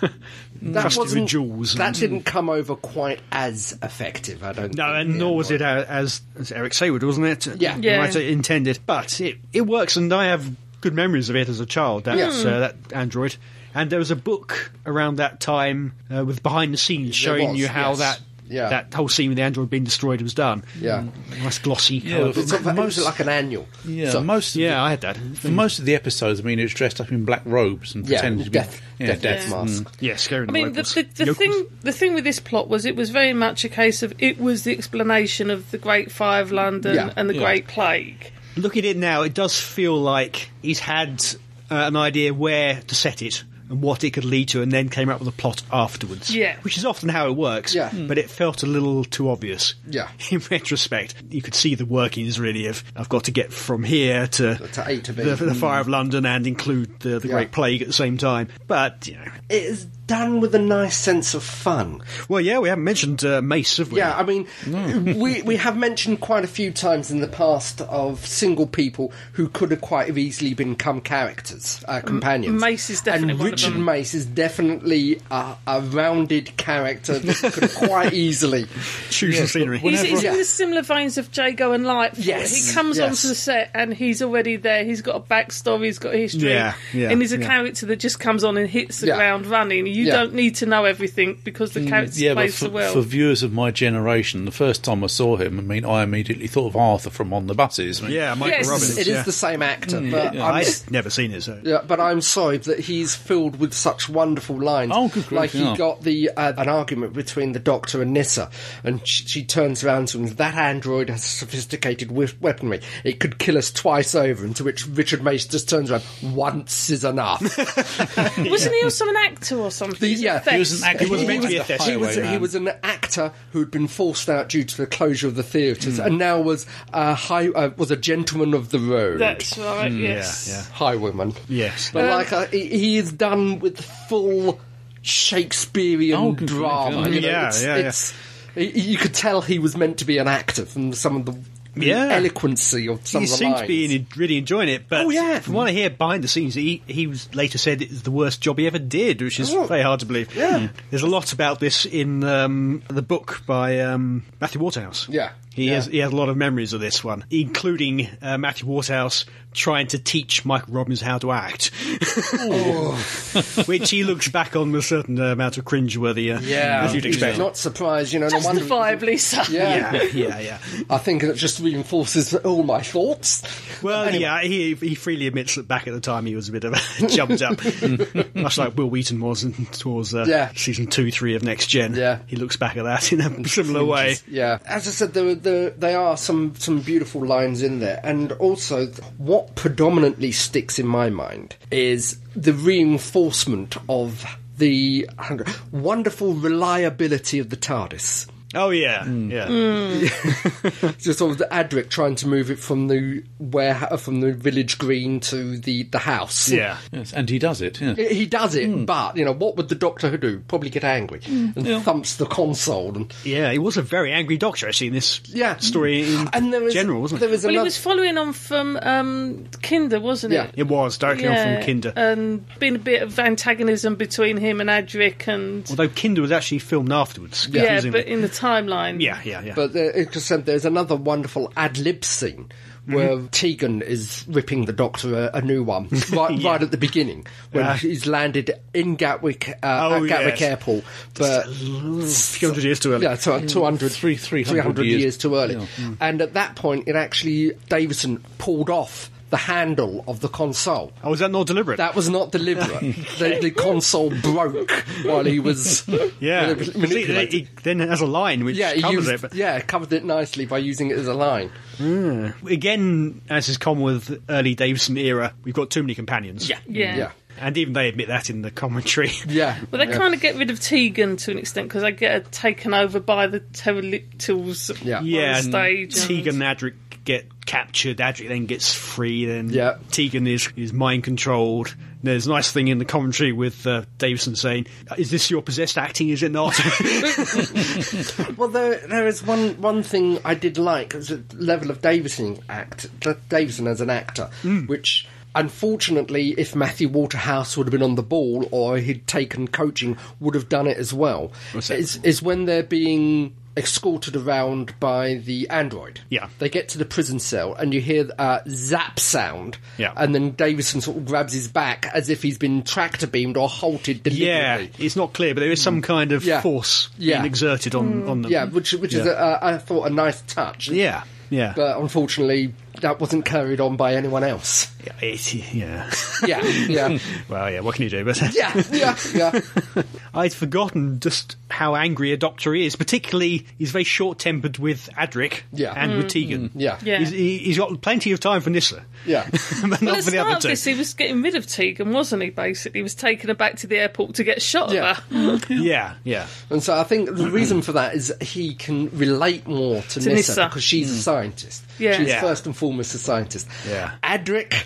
Speaker 5: that
Speaker 6: Crusty with
Speaker 5: wasn't
Speaker 6: jewels
Speaker 5: that
Speaker 6: and-
Speaker 5: didn't come over quite as effective. I don't.
Speaker 6: No,
Speaker 5: think,
Speaker 6: and
Speaker 5: yeah,
Speaker 6: nor was
Speaker 5: right.
Speaker 6: it a- as, as Eric Saywood, wasn't it?
Speaker 5: Yeah.
Speaker 2: Yeah.
Speaker 6: Right, uh, intended. But it, it works, and I have good memories of it as a child, that,
Speaker 5: Yeah.
Speaker 6: uh, that android. And there was a book around that time uh, with behind the scenes showing
Speaker 5: was,
Speaker 6: you how
Speaker 5: yes.
Speaker 6: that
Speaker 5: Yeah.
Speaker 6: that whole scene with the android being destroyed was done. Mm,
Speaker 5: Yeah.
Speaker 6: Nice glossy. colour.
Speaker 5: It's sort of, it was
Speaker 4: Most-
Speaker 5: like an annual.
Speaker 4: Yeah,
Speaker 5: So-
Speaker 4: most of
Speaker 6: yeah,
Speaker 4: the,
Speaker 6: I had that.
Speaker 4: for most of the episodes, I mean, it was dressed up in black robes and
Speaker 5: yeah,
Speaker 4: pretended to be
Speaker 5: death,
Speaker 4: yeah,
Speaker 5: death,
Speaker 4: death. Mm.
Speaker 5: mask.
Speaker 6: Yeah, scaring
Speaker 2: I mean, the,
Speaker 6: locals.
Speaker 2: the, the
Speaker 6: Yokels.
Speaker 2: thing the thing with this plot was it was very much a case of it was the explanation of the Great Fire of London
Speaker 5: Yeah.
Speaker 2: and the
Speaker 4: Yeah.
Speaker 2: Great Plague.
Speaker 6: Look at it now, it does feel like he's had uh, an idea where to set it and what it could lead to, and then came up with a plot afterwards.
Speaker 2: Yeah. Hmm.
Speaker 6: Which is often how it works,
Speaker 5: Yeah. Mm.
Speaker 6: but it felt a little too obvious.
Speaker 5: Yeah.
Speaker 6: In retrospect, you could see the workings really of I've got to get from here to,
Speaker 5: To A to B. Hmm.
Speaker 6: The, the Fire of London and include the, the
Speaker 5: Yeah.
Speaker 6: Great Plague at the same time. But, you know.
Speaker 5: It is done with a nice sense of fun.
Speaker 6: Well, yeah, we haven't mentioned uh, Mace, have we?
Speaker 5: Yeah, I mean, we we have mentioned quite a few times in the past of single people who could have quite have easily become characters, uh, companions.
Speaker 2: Mace is definitely
Speaker 5: and
Speaker 2: one of
Speaker 5: Richard
Speaker 2: them.
Speaker 5: Mace is definitely a, a rounded character that could have quite easily.
Speaker 6: Choose the scenery.
Speaker 2: He's, he's
Speaker 5: Yeah.
Speaker 2: in the similar veins of Jago and Lightfoot.
Speaker 5: Yes,
Speaker 2: he comes
Speaker 5: yes.
Speaker 2: onto the set and he's already there. He's got a backstory. He's got a history.
Speaker 6: Yeah, yeah,
Speaker 2: and he's a
Speaker 6: yeah.
Speaker 2: character that just comes on and hits the
Speaker 5: Yeah.
Speaker 2: ground running. You
Speaker 5: Yeah.
Speaker 2: don't need to know everything because the character
Speaker 4: Yeah, but
Speaker 2: plays
Speaker 4: for,
Speaker 2: so well.
Speaker 4: for viewers of my generation, the first time I saw him, I mean, I immediately thought of Arthur from On the Buses. I mean,
Speaker 6: Yeah, Michael
Speaker 2: Yes.
Speaker 6: Robbins.
Speaker 5: It is
Speaker 6: yeah.
Speaker 5: the same actor,
Speaker 2: Mm.
Speaker 5: but I'm
Speaker 6: I'd never seen it, so.
Speaker 5: Yeah, but I'm sorry that he's filled with such wonderful lines.
Speaker 4: Oh, good grief,
Speaker 5: like he
Speaker 4: yeah.
Speaker 5: got the uh, an argument between the doctor and Nissa, and she, she turns around to him. That android has sophisticated we- weaponry. It could kill us twice over. And to which Richard Mace just turns around. Once is enough.
Speaker 2: Wasn't he also an actor or something?
Speaker 5: The- yeah,
Speaker 4: He was an actor.
Speaker 6: He was meant to be a
Speaker 4: the
Speaker 6: theft.
Speaker 5: he was he
Speaker 4: highwayman.
Speaker 5: was an actor who had been forced out due to the closure of the theatres,
Speaker 4: Hmm.
Speaker 5: and now was a high uh, was a gentleman of the road.
Speaker 2: That's right. yes.
Speaker 6: yeah.
Speaker 5: Highwayman.
Speaker 6: Yes.
Speaker 5: But like, uh, he, he is done with full Shakespearean
Speaker 4: Oh, good
Speaker 5: drama.
Speaker 4: grief,
Speaker 5: you know,
Speaker 6: yeah.
Speaker 5: it's,
Speaker 6: Yeah, yeah,
Speaker 5: it's, y- You could tell he was meant to be an actor from some of the the
Speaker 6: Yeah.
Speaker 5: eloquency of some
Speaker 6: he
Speaker 5: of the
Speaker 6: seemed to
Speaker 5: lines.
Speaker 6: be in- really enjoying it. But
Speaker 5: Oh, yeah.
Speaker 6: from what I hear behind the scenes, he, he was later said it was the worst job he ever did, which is
Speaker 5: Oh.
Speaker 6: very hard to believe. Hmm.
Speaker 5: Yeah.
Speaker 6: There's a lot about this in um, the book by um, Matthew Waterhouse.
Speaker 5: Yeah.
Speaker 6: He,
Speaker 5: Yeah.
Speaker 6: Has, he has a lot of memories of this one, including uh, Matthew Waterhouse trying to teach Michael Robbins how to act,
Speaker 5: Oh.
Speaker 6: which he looks back on with a certain uh, amount of cringeworthy, uh,
Speaker 5: yeah,
Speaker 6: as you'd
Speaker 5: he's
Speaker 6: expect.
Speaker 5: not surprised, you know. no wonder-
Speaker 2: Justifiably so.
Speaker 5: Yeah.
Speaker 6: yeah, yeah, yeah.
Speaker 5: I think it just reinforces all my thoughts.
Speaker 6: Well, yeah, he he freely admits that back at the time he was a bit of a jumped up, much like Will Wheaton was in, towards uh,
Speaker 5: Yeah.
Speaker 6: season two, three of Next Gen.
Speaker 5: Yeah.
Speaker 6: he looks back at that in a similar way.
Speaker 5: Yeah, as I said, there, were- there they are some some beautiful lines in there, and also what predominantly sticks in my mind is the reinforcement of the wonderful reliability of the TARDIS.
Speaker 6: Oh yeah,
Speaker 5: Mm.
Speaker 6: yeah,
Speaker 5: Just sort of the Adric trying to move it from the where from the village green to the the house.
Speaker 6: yeah.
Speaker 4: Yes, and he does it. Yeah.
Speaker 5: He does it, but you know what would the Doctor Who do? Probably get angry and thumps the console. And
Speaker 6: Yeah, he was a very angry doctor, actually, in this
Speaker 5: yeah,
Speaker 6: story in
Speaker 5: and there was,
Speaker 6: general, wasn't
Speaker 5: there
Speaker 6: it?
Speaker 5: was
Speaker 2: Well, he
Speaker 5: another,
Speaker 2: was following on from um, Kinder, wasn't
Speaker 5: Yeah.
Speaker 2: it?
Speaker 6: It was directly on
Speaker 2: Yeah, uh,
Speaker 6: from Kinder.
Speaker 2: And been a bit of antagonism between him and Adric, and
Speaker 6: Although Kinder was actually filmed afterwards.
Speaker 2: yeah,
Speaker 6: confusingly.
Speaker 2: but in the timeline.
Speaker 6: yeah, yeah, yeah.
Speaker 5: But uh, it just said there's another wonderful ad lib scene where
Speaker 6: Mm-hmm.
Speaker 5: Tegan is ripping the Doctor a, a new one right, right at the beginning when he's landed in Gatwick uh,
Speaker 6: Oh,
Speaker 5: at Gatwick
Speaker 6: yes.
Speaker 5: Airport, but
Speaker 6: few hundred years too early.
Speaker 5: Yeah, so 200,
Speaker 4: Three- 300
Speaker 5: years.
Speaker 4: years.
Speaker 5: too early.
Speaker 6: Mm.
Speaker 5: And at that point, it actually Davison pulled off the handle of the console.
Speaker 6: Oh, is that not deliberate?
Speaker 5: That was not deliberate. the, the console broke while he was
Speaker 6: yeah.
Speaker 5: manip-
Speaker 6: See,
Speaker 5: manipulating.
Speaker 6: it- it then has a line which
Speaker 5: yeah, he
Speaker 6: covers
Speaker 5: used,
Speaker 6: it. But
Speaker 5: yeah, covered it nicely by using it as a line.
Speaker 6: again, as is common with early Davison era, we've got too many companions.
Speaker 2: Yeah.
Speaker 5: yeah,
Speaker 6: And even they admit that in the commentary.
Speaker 5: yeah.
Speaker 2: Well, they
Speaker 5: yeah.
Speaker 2: kind of get rid of Tegan to an extent because they get taken over by the pterodactyls.
Speaker 5: Yeah.
Speaker 6: yeah, and
Speaker 2: stage and-
Speaker 6: Tegan and Adric get captured. Adric then gets free. Then
Speaker 5: Yeah.
Speaker 6: Tegan is, is mind controlled. There's a nice thing in the commentary with uh, Davison saying, "Is this your possessed acting? Is it not?"
Speaker 5: Well, there there is one one thing I did like is the level of Davison act Davison as an actor, which. Unfortunately, if Matthew Waterhouse would have been on the ball or he'd taken coaching, would have done it as well.
Speaker 6: that?
Speaker 5: Is, is when they're being escorted around by the android.
Speaker 6: Yeah.
Speaker 5: They get to the prison cell and you hear uh, zap sound.
Speaker 6: Yeah.
Speaker 5: And then Davison sort of grabs his back as if he's been tractor beamed or halted
Speaker 6: yeah,
Speaker 5: deliberately.
Speaker 6: it's not clear, but there is some kind of
Speaker 5: Mm. Yeah.
Speaker 6: force
Speaker 5: Yeah.
Speaker 6: being exerted on on them.
Speaker 5: Yeah, which which is
Speaker 6: Yeah.
Speaker 5: a, uh, I thought a nice touch.
Speaker 6: yeah, yeah.
Speaker 5: but unfortunately that wasn't carried on by anyone else.
Speaker 6: Yeah, it- yeah.
Speaker 5: Yeah, yeah,
Speaker 6: well, yeah. What can you do? But
Speaker 5: yeah, yeah, yeah.
Speaker 6: I'd forgotten just how angry a doctor is. Particularly, he's very short-tempered with Adric
Speaker 5: Yeah. Mm,
Speaker 6: and with Tegan.
Speaker 5: Yeah.
Speaker 2: Yeah.
Speaker 6: He's, he- he's got plenty of time for Nissa,
Speaker 5: Yeah.
Speaker 6: but
Speaker 2: Well,
Speaker 6: not
Speaker 2: at
Speaker 6: for
Speaker 2: the
Speaker 6: the
Speaker 2: start
Speaker 6: other
Speaker 2: of
Speaker 6: two.
Speaker 2: this, he was getting rid of Tegan, wasn't he? Basically, he was taking her back to the airport to get shot
Speaker 5: Yeah. Mm.
Speaker 2: at her.
Speaker 6: Yeah, yeah.
Speaker 5: And so I think the reason for that is he can relate more to, Nissa,
Speaker 2: Nissa.
Speaker 5: because she's a scientist.
Speaker 2: Yeah.
Speaker 5: She's
Speaker 6: Yeah.
Speaker 5: first and foremost a scientist.
Speaker 6: Yeah.
Speaker 5: Adric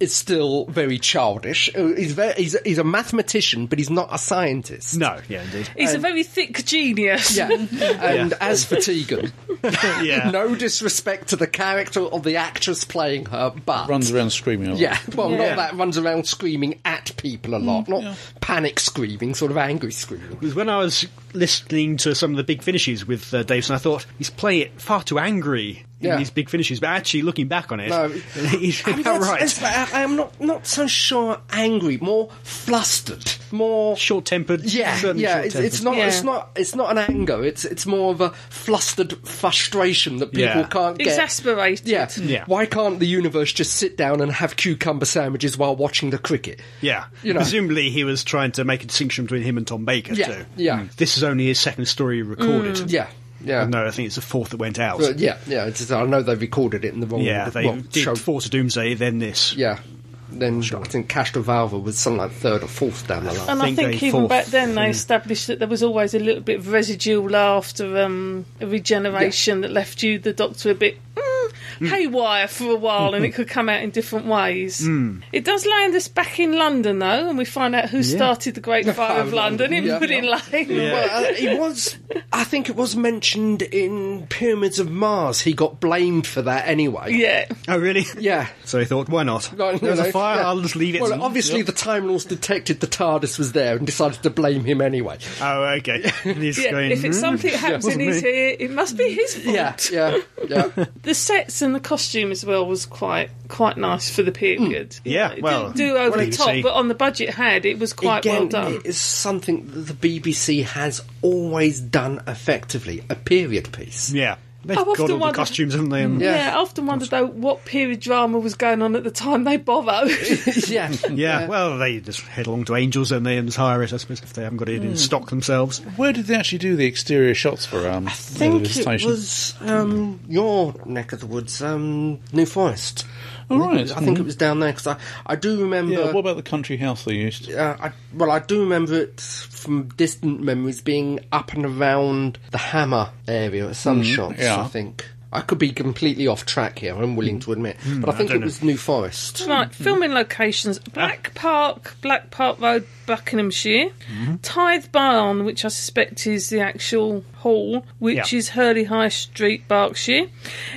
Speaker 5: is still very childish. Uh, He's, very, he's, he's a mathematician, but he's not a scientist.
Speaker 6: No, yeah, indeed.
Speaker 2: He's a very thick genius.
Speaker 5: Yeah. And as for Tegan,
Speaker 6: Yeah.
Speaker 5: no disrespect to the character or the actress playing her, but
Speaker 4: Runs around screaming. a lot.
Speaker 5: Yeah, well,
Speaker 6: Yeah.
Speaker 5: not that runs around screaming at people a
Speaker 6: Mm,
Speaker 5: lot, not panic screaming, sort of angry screaming.
Speaker 6: Because when I was listening to some of the big finishes with uh, Davison, I thought he's playing it far too angry in
Speaker 5: Yeah.
Speaker 6: these big finishes. But actually, looking back on it,
Speaker 5: No.
Speaker 6: he's about
Speaker 5: That's-
Speaker 6: right.
Speaker 5: that's- I, I'm not not so sure. Angry, more flustered, more.
Speaker 6: Short-tempered.
Speaker 5: Yeah,
Speaker 6: certainly
Speaker 5: yeah. It's,
Speaker 6: short-tempered.
Speaker 5: it's not.
Speaker 2: Yeah.
Speaker 5: It's not. It's not an anger. It's it's more of a flustered frustration that people
Speaker 6: Yeah.
Speaker 5: can't get.
Speaker 2: Exasperated.
Speaker 5: Yeah.
Speaker 6: Yeah.
Speaker 5: Why can't the universe just sit down and have cucumber sandwiches while watching the cricket?
Speaker 6: Yeah,
Speaker 5: You know.
Speaker 6: presumably he was trying to make a distinction between him and Tom Baker
Speaker 5: Yeah,
Speaker 6: too.
Speaker 5: yeah.
Speaker 6: Mm. this is only his second story recorded.
Speaker 5: Yeah. Yeah.
Speaker 6: no, I think it's the fourth that went out.
Speaker 5: But yeah. Yeah. It's just, I know they recorded it in the wrong.
Speaker 6: yeah, they
Speaker 5: well,
Speaker 6: did
Speaker 5: showed-
Speaker 6: four to Doomsday, then this.
Speaker 5: Yeah. Then I think Castrovalva was something like third or fourth down the line.
Speaker 2: And I
Speaker 6: think
Speaker 2: think,
Speaker 6: they
Speaker 2: even
Speaker 6: fourth
Speaker 2: back then they
Speaker 6: thing.
Speaker 2: established that there was always a little bit of residual after um, a regeneration that left you, the doctor, a bit mm, haywire for a while and it could come out in different ways. It does land us back in London though, and we find out who started the Great Fire of London in
Speaker 5: Yeah.
Speaker 2: Pudding Lane.
Speaker 5: Well, uh, it was. I think it was mentioned in Pyramids of Mars. He got blamed for that anyway.
Speaker 2: Yeah.
Speaker 6: Oh, really?
Speaker 5: Yeah.
Speaker 6: So he thought, why not?
Speaker 5: Right, you
Speaker 6: There's
Speaker 5: know,
Speaker 6: a fire.
Speaker 5: yeah.
Speaker 6: I'll just leave it.
Speaker 5: Well,
Speaker 6: to-
Speaker 5: obviously
Speaker 6: Yep.
Speaker 5: the Time Lords detected the TARDIS was there and decided to blame him anyway.
Speaker 6: Oh, okay. And he's
Speaker 2: Yeah,
Speaker 6: going,
Speaker 2: if it's
Speaker 6: "Hmm."
Speaker 2: something that happens in
Speaker 6: Wasn't
Speaker 2: his
Speaker 6: me.
Speaker 2: ear, it must be his fault.
Speaker 5: Yeah, yeah, yeah.
Speaker 2: The sets and the costume as well was quite quite nice for the period.
Speaker 6: Yeah,
Speaker 2: It
Speaker 6: well,
Speaker 2: didn't do over
Speaker 6: well,
Speaker 2: the
Speaker 6: you
Speaker 2: top,
Speaker 6: see.
Speaker 2: but on the budget it had it was quite well
Speaker 5: Again,
Speaker 2: done.
Speaker 5: it is something that the BBC has always done effectively. A period piece.
Speaker 6: Yeah. They've
Speaker 2: I've
Speaker 6: got
Speaker 2: often
Speaker 6: all the
Speaker 2: wondered-
Speaker 6: costumes, haven't
Speaker 5: Mm.
Speaker 6: they? And-
Speaker 2: yeah. I often wondered though what period drama was going on at the time they borrowed.
Speaker 5: Yeah.
Speaker 6: Yeah, well, they just head along to Angels and they just hire it, I suppose, if they haven't got it
Speaker 5: Mm.
Speaker 6: in stock themselves.
Speaker 4: Where did they actually do the exterior shots for? Um,
Speaker 5: I think
Speaker 4: the
Speaker 5: it
Speaker 4: station?
Speaker 5: was um, your neck of the woods, um, New Forest.
Speaker 4: All
Speaker 5: I think it
Speaker 4: right.
Speaker 5: was- I think it was down there because I, I do remember.
Speaker 4: Yeah. What about the country house they used?
Speaker 5: uh, I, well, I do remember it from distant memories being up and around the Hammer area at some shops.
Speaker 4: Mm, yeah. Mm.
Speaker 5: I think I could be completely off track here. I'm willing to admit, but I think it was New Forest.
Speaker 2: right, filming locations: Black Park, Black Park Road, Buckinghamshire,
Speaker 5: Mm-hmm.
Speaker 2: Tithe Barn, which I suspect is the actual hall, which
Speaker 6: Yeah.
Speaker 2: is Hurley High Street, Berkshire,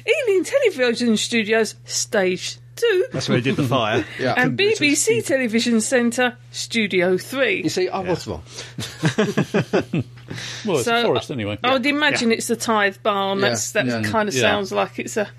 Speaker 2: Ealing Television Studios, Stage Two,
Speaker 6: That's where they did the fire.
Speaker 5: Yeah.
Speaker 2: and BBC Television Centre, Studio Three.
Speaker 5: You see, I was wrong.
Speaker 4: Well, it's a
Speaker 2: So,
Speaker 4: forest anyway.
Speaker 2: oh, I would imagine it's the Tithe Barn. That's, that
Speaker 5: Yeah. Mm.
Speaker 2: kind of
Speaker 4: Yeah.
Speaker 2: sounds like it's a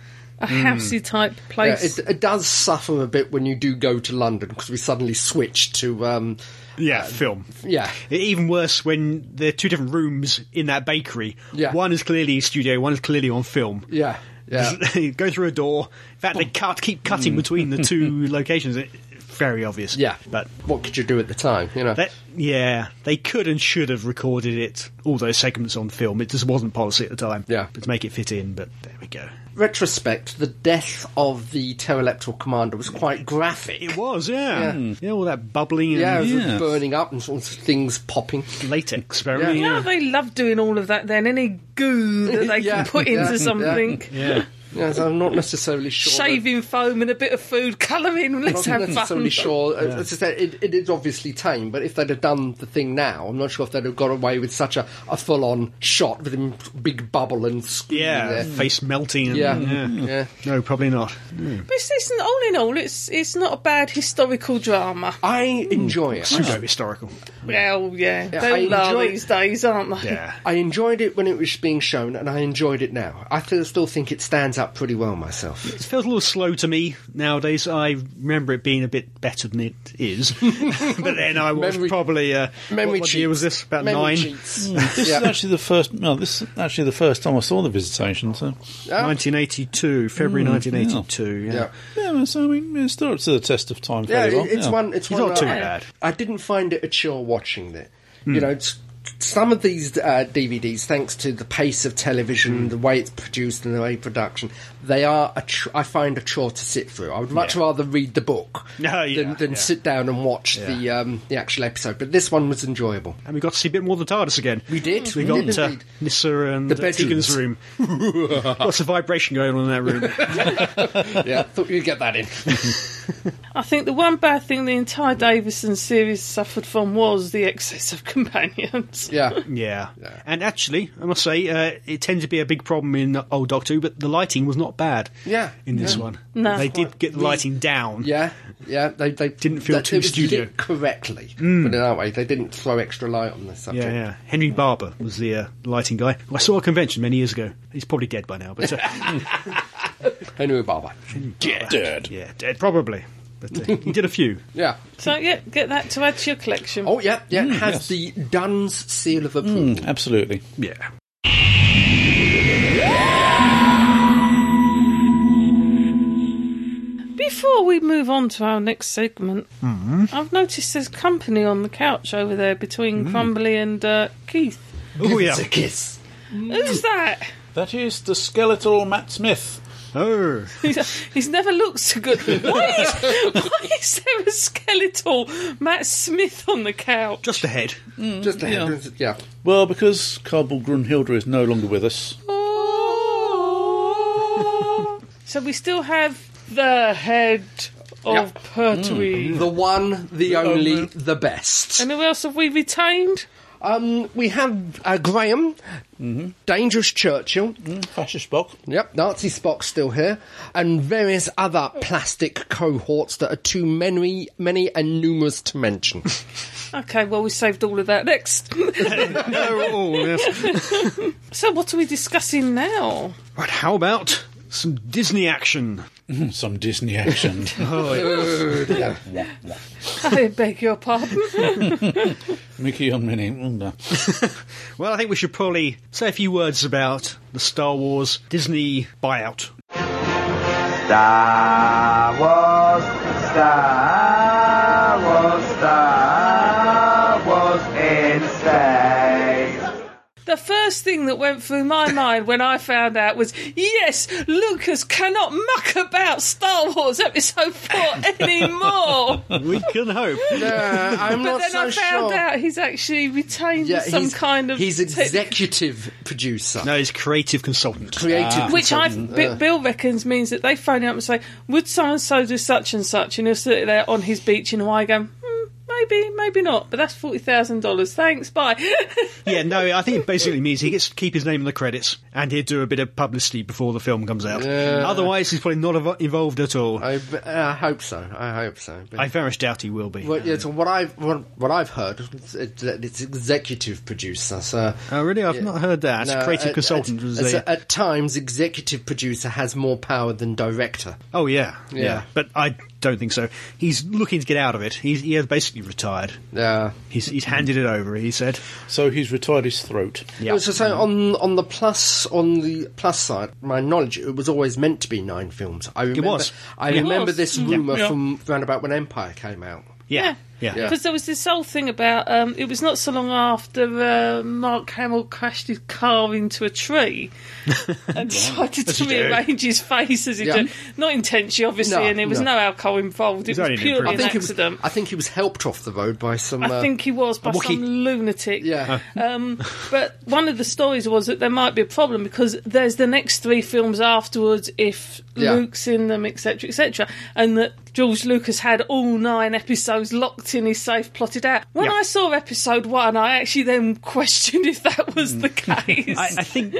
Speaker 2: a housey type
Speaker 5: Yeah,
Speaker 2: place.
Speaker 5: it, it does suffer a bit when you do go to London because we suddenly switch to um,
Speaker 6: Yeah, film.
Speaker 5: yeah,
Speaker 6: Even worse when there are two different rooms in that bakery.
Speaker 5: Yeah.
Speaker 6: One is clearly studio, one is clearly on film.
Speaker 5: yeah, yeah. Oh. Mm.
Speaker 6: Go through a door. In fact, they cut, keep cutting between the two locations. It, very obvious.
Speaker 5: Yeah,
Speaker 6: But
Speaker 5: what could you do at the time? You know,
Speaker 6: that, yeah, they could and should have recorded it, all those segments on film. It just wasn't policy at the time.
Speaker 5: Yeah.
Speaker 6: But to make it fit in, but there we go.
Speaker 5: retrospect, the death of the Tereleptal commander was quite graphic.
Speaker 6: It was, yeah. Yeah, all that bubbling and
Speaker 5: yeah, it was
Speaker 4: Yeah.
Speaker 5: burning up and sort of things popping.
Speaker 6: latex.
Speaker 5: Yeah.
Speaker 6: Very,
Speaker 2: you know,
Speaker 6: yeah.
Speaker 2: they love doing all of that then. Any goo that they
Speaker 5: Yeah,
Speaker 2: can put
Speaker 5: yeah,
Speaker 2: into
Speaker 5: yeah.
Speaker 2: something.
Speaker 6: Yeah.
Speaker 5: Yeah, so I'm not necessarily sure. that-
Speaker 2: Shaving foam and a bit of food colouring.
Speaker 5: I'm
Speaker 2: Let's
Speaker 5: not
Speaker 2: have
Speaker 5: necessarily
Speaker 2: fun.
Speaker 5: sure. As I said, it, it is obviously tame, but if they'd have done the thing now, I'm not sure if they'd have got away with such a, a full-on shot with him big bubble and screaming
Speaker 6: Yeah,
Speaker 5: there.
Speaker 6: face melting. And,
Speaker 5: Yeah,
Speaker 6: yeah.
Speaker 5: yeah.
Speaker 6: No, probably not.
Speaker 2: But it's, it's, all in all, it's it's not a bad historical drama.
Speaker 5: I enjoy it.
Speaker 6: Pseudo historical.
Speaker 2: Well, yeah, they
Speaker 5: Yeah, I
Speaker 2: all are
Speaker 5: enjoy-
Speaker 2: these days, aren't they?
Speaker 6: Yeah.
Speaker 5: I enjoyed it when it was being shown, and I enjoyed it now. I th- still think it stands up pretty well myself.
Speaker 6: It feels a little slow to me nowadays. I remember it being a bit better than it is. but then I was
Speaker 5: Memory-
Speaker 6: probably. Uh,
Speaker 5: Memory
Speaker 6: what, what
Speaker 5: cheats.
Speaker 6: year was this? About
Speaker 5: Memory
Speaker 6: nine? Hmm.
Speaker 5: cheats.
Speaker 4: This is
Speaker 5: Yeah.
Speaker 4: actually the first. No, this is actually the first time I saw the visitation. So
Speaker 6: 1982, February
Speaker 4: Mm,
Speaker 6: 1982. Yeah.
Speaker 5: Ah. Hmm. Yeah.
Speaker 4: yeah, so I mean, it still up to the test of time.
Speaker 5: Yeah,
Speaker 4: fairly well,
Speaker 5: it- it's
Speaker 4: yeah.
Speaker 5: one. It's
Speaker 6: It's
Speaker 5: one.
Speaker 6: not too
Speaker 5: I-
Speaker 6: bad. Hmm.
Speaker 5: I didn't find it a chore watching it. You know, it's, some of these uh, DVDs, thanks to the pace of television,
Speaker 6: Hmm.
Speaker 5: the way it's produced, and the way production, they are. A ch- I find a chore to sit through. I would much rather read the book
Speaker 6: Oh, yeah,
Speaker 5: than, than
Speaker 6: yeah.
Speaker 5: sit down and watch the um, the actual episode. But this one was enjoyable.
Speaker 6: And we got to see a bit more of the TARDIS again.
Speaker 5: We did.
Speaker 6: We
Speaker 5: We
Speaker 6: got
Speaker 5: did
Speaker 6: uh,
Speaker 5: indeed.
Speaker 6: Nissa and
Speaker 5: The
Speaker 6: uh, Tegan's
Speaker 5: bedrooms.
Speaker 6: room. Lots of vibration going on in that room.
Speaker 5: yeah, thought you'd get that in.
Speaker 2: I think the one bad thing the entire Davison series suffered from was the excess of companions.
Speaker 5: Yeah,
Speaker 6: Yeah.
Speaker 5: Yeah.
Speaker 6: And actually, I must say, uh, it tended to be a big problem in old Doctor Who, but the lighting was not bad.
Speaker 5: Yeah.
Speaker 6: In this one.
Speaker 2: No.
Speaker 6: They did get the lighting down.
Speaker 5: yeah, yeah. They, they
Speaker 6: Didn't feel
Speaker 5: that-
Speaker 6: too
Speaker 5: it was
Speaker 6: studio. Mm.
Speaker 5: lit correctly. Put it that way, they didn't throw extra light on the subject.
Speaker 6: Yeah, yeah. Henry Barber was the uh, lighting guy. who I saw at a convention many years ago. He's probably dead by now, but uh,
Speaker 5: Henry Barber.
Speaker 4: dead.
Speaker 6: yeah, dead probably. But uh, he did a few.
Speaker 5: Yeah.
Speaker 2: So yeah, get that to add to your collection.
Speaker 5: Oh, yeah, yeah.
Speaker 6: Mm,
Speaker 5: it has the Dunn's seal of approval.
Speaker 4: Absolutely.
Speaker 6: Yeah.
Speaker 2: Before we move on to our next segment, I've noticed there's company on the couch over there between Crumbly and uh, Keith.
Speaker 6: Oh yeah.
Speaker 5: It's a kiss.
Speaker 2: Who's that?
Speaker 4: That is the skeletal Matt Smith.
Speaker 6: Oh,
Speaker 2: He's, he's never looked so good. Why is, why is there a skeletal Matt Smith on the couch?
Speaker 6: just the head.
Speaker 5: Just a yeah. yeah.
Speaker 4: Well, because Cardinal Grunhilda is no longer with us,
Speaker 2: Oh, So we still have the head of Pertwee.
Speaker 5: The one, the only, the best.
Speaker 2: And who else have we retained?
Speaker 5: Um, we have uh, Graham,
Speaker 6: Mm-hmm.
Speaker 5: Dangerous Churchill,
Speaker 4: fascist Spock.
Speaker 5: yep, Nazi Spock still here, and various other plastic cohorts that are too many, many and numerous to mention.
Speaker 2: Okay, well, we saved all of that next.
Speaker 6: Oh, yes.
Speaker 2: so, what are we discussing now?
Speaker 6: Right, how about some Disney action?
Speaker 4: Hmm, Some Disney action.
Speaker 6: Oh,
Speaker 2: I beg your pardon.
Speaker 4: Mickey on Minnie. Mm, no.
Speaker 6: Well, I think we should probably say a few words about the Star Wars Disney buyout.
Speaker 7: Star Wars, Star Wars, Star Wars in space.
Speaker 2: The first thing that went through my mind when I found out was yes, Lucas cannot muck about Star Wars Episode 4 anymore.
Speaker 6: We can hope.
Speaker 5: Yeah, I'm
Speaker 2: But
Speaker 5: not
Speaker 2: then
Speaker 5: so
Speaker 2: I found
Speaker 5: sure.
Speaker 2: out he's actually retained
Speaker 5: yeah,
Speaker 2: some
Speaker 5: he's,
Speaker 2: kind of.
Speaker 5: he's
Speaker 2: tech-
Speaker 5: executive producer,
Speaker 6: No, he's uh, creative consultant.
Speaker 5: creative,
Speaker 2: Which I,
Speaker 5: consultant.
Speaker 2: Bi- Bill reckons means that they phone him up and say, "Would so and so do such and such?" And he'll sit there on his beach in Hawaii, going, hmm, maybe, maybe not. But that's forty thousand dollars. Thanks. Bye.
Speaker 6: Yeah, no, I think it basically means he gets to keep his name in the credits and he'd do a bit of publicity before the film comes out. Otherwise, he's probably not invo- involved at all. I,
Speaker 5: I, b- I hope so. I hope so. But,
Speaker 6: very much doubt he will be.
Speaker 5: well, yeah, so what I've what, what I've heard is that it's executive producer. So
Speaker 6: Oh, really? I've not heard that. It's
Speaker 5: No, uh,
Speaker 6: creative
Speaker 5: at-
Speaker 6: consultant.
Speaker 5: at-
Speaker 6: was
Speaker 5: at-
Speaker 6: the-
Speaker 5: at times, executive producer has more power than director.
Speaker 6: oh, yeah, yeah.
Speaker 5: Yeah.
Speaker 6: But I don't think so. He's looking to get out of it. He's, he has basically retired.
Speaker 5: Yeah.
Speaker 6: He's, he's handed it over, he said.
Speaker 4: So he's retired his throat.
Speaker 6: Yeah.
Speaker 5: So, so on on the plus on the plus side, my knowledge it was always meant to be nine films. I remember,
Speaker 6: was.
Speaker 5: I
Speaker 6: Yeah.
Speaker 5: remember
Speaker 2: was. Mm-hmm.
Speaker 5: this rumor from round about when Empire came out.
Speaker 6: Yeah. Yeah.
Speaker 5: Yeah.
Speaker 2: Because there was this whole thing about um, it was not so long after uh, Mark Hamill crashed his car into a tree and decided to
Speaker 6: you do.
Speaker 2: rearrange his face as he
Speaker 5: Yeah.
Speaker 2: did. Not intentionally, obviously,
Speaker 5: No,
Speaker 2: and there was
Speaker 5: no.
Speaker 2: no, alcohol involved. It
Speaker 6: was
Speaker 2: was,
Speaker 6: only an
Speaker 2: purely an
Speaker 6: improvement.
Speaker 5: I think, he was,
Speaker 2: accident.
Speaker 5: I think he was helped off the road by some.
Speaker 2: I
Speaker 5: uh,
Speaker 2: think he was by
Speaker 6: Wookie.
Speaker 2: some lunatic.
Speaker 5: Yeah.
Speaker 2: Um, but one of the stories was that there might be a problem because there's the next three films afterwards if
Speaker 5: Yeah.
Speaker 2: Luke's in them, etc., etc., and that George Lucas had all nine episodes locked in his safe, plotted out. When
Speaker 6: Yeah.
Speaker 2: I saw episode one, I actually then questioned if that was the case.
Speaker 6: Hmm. I, I think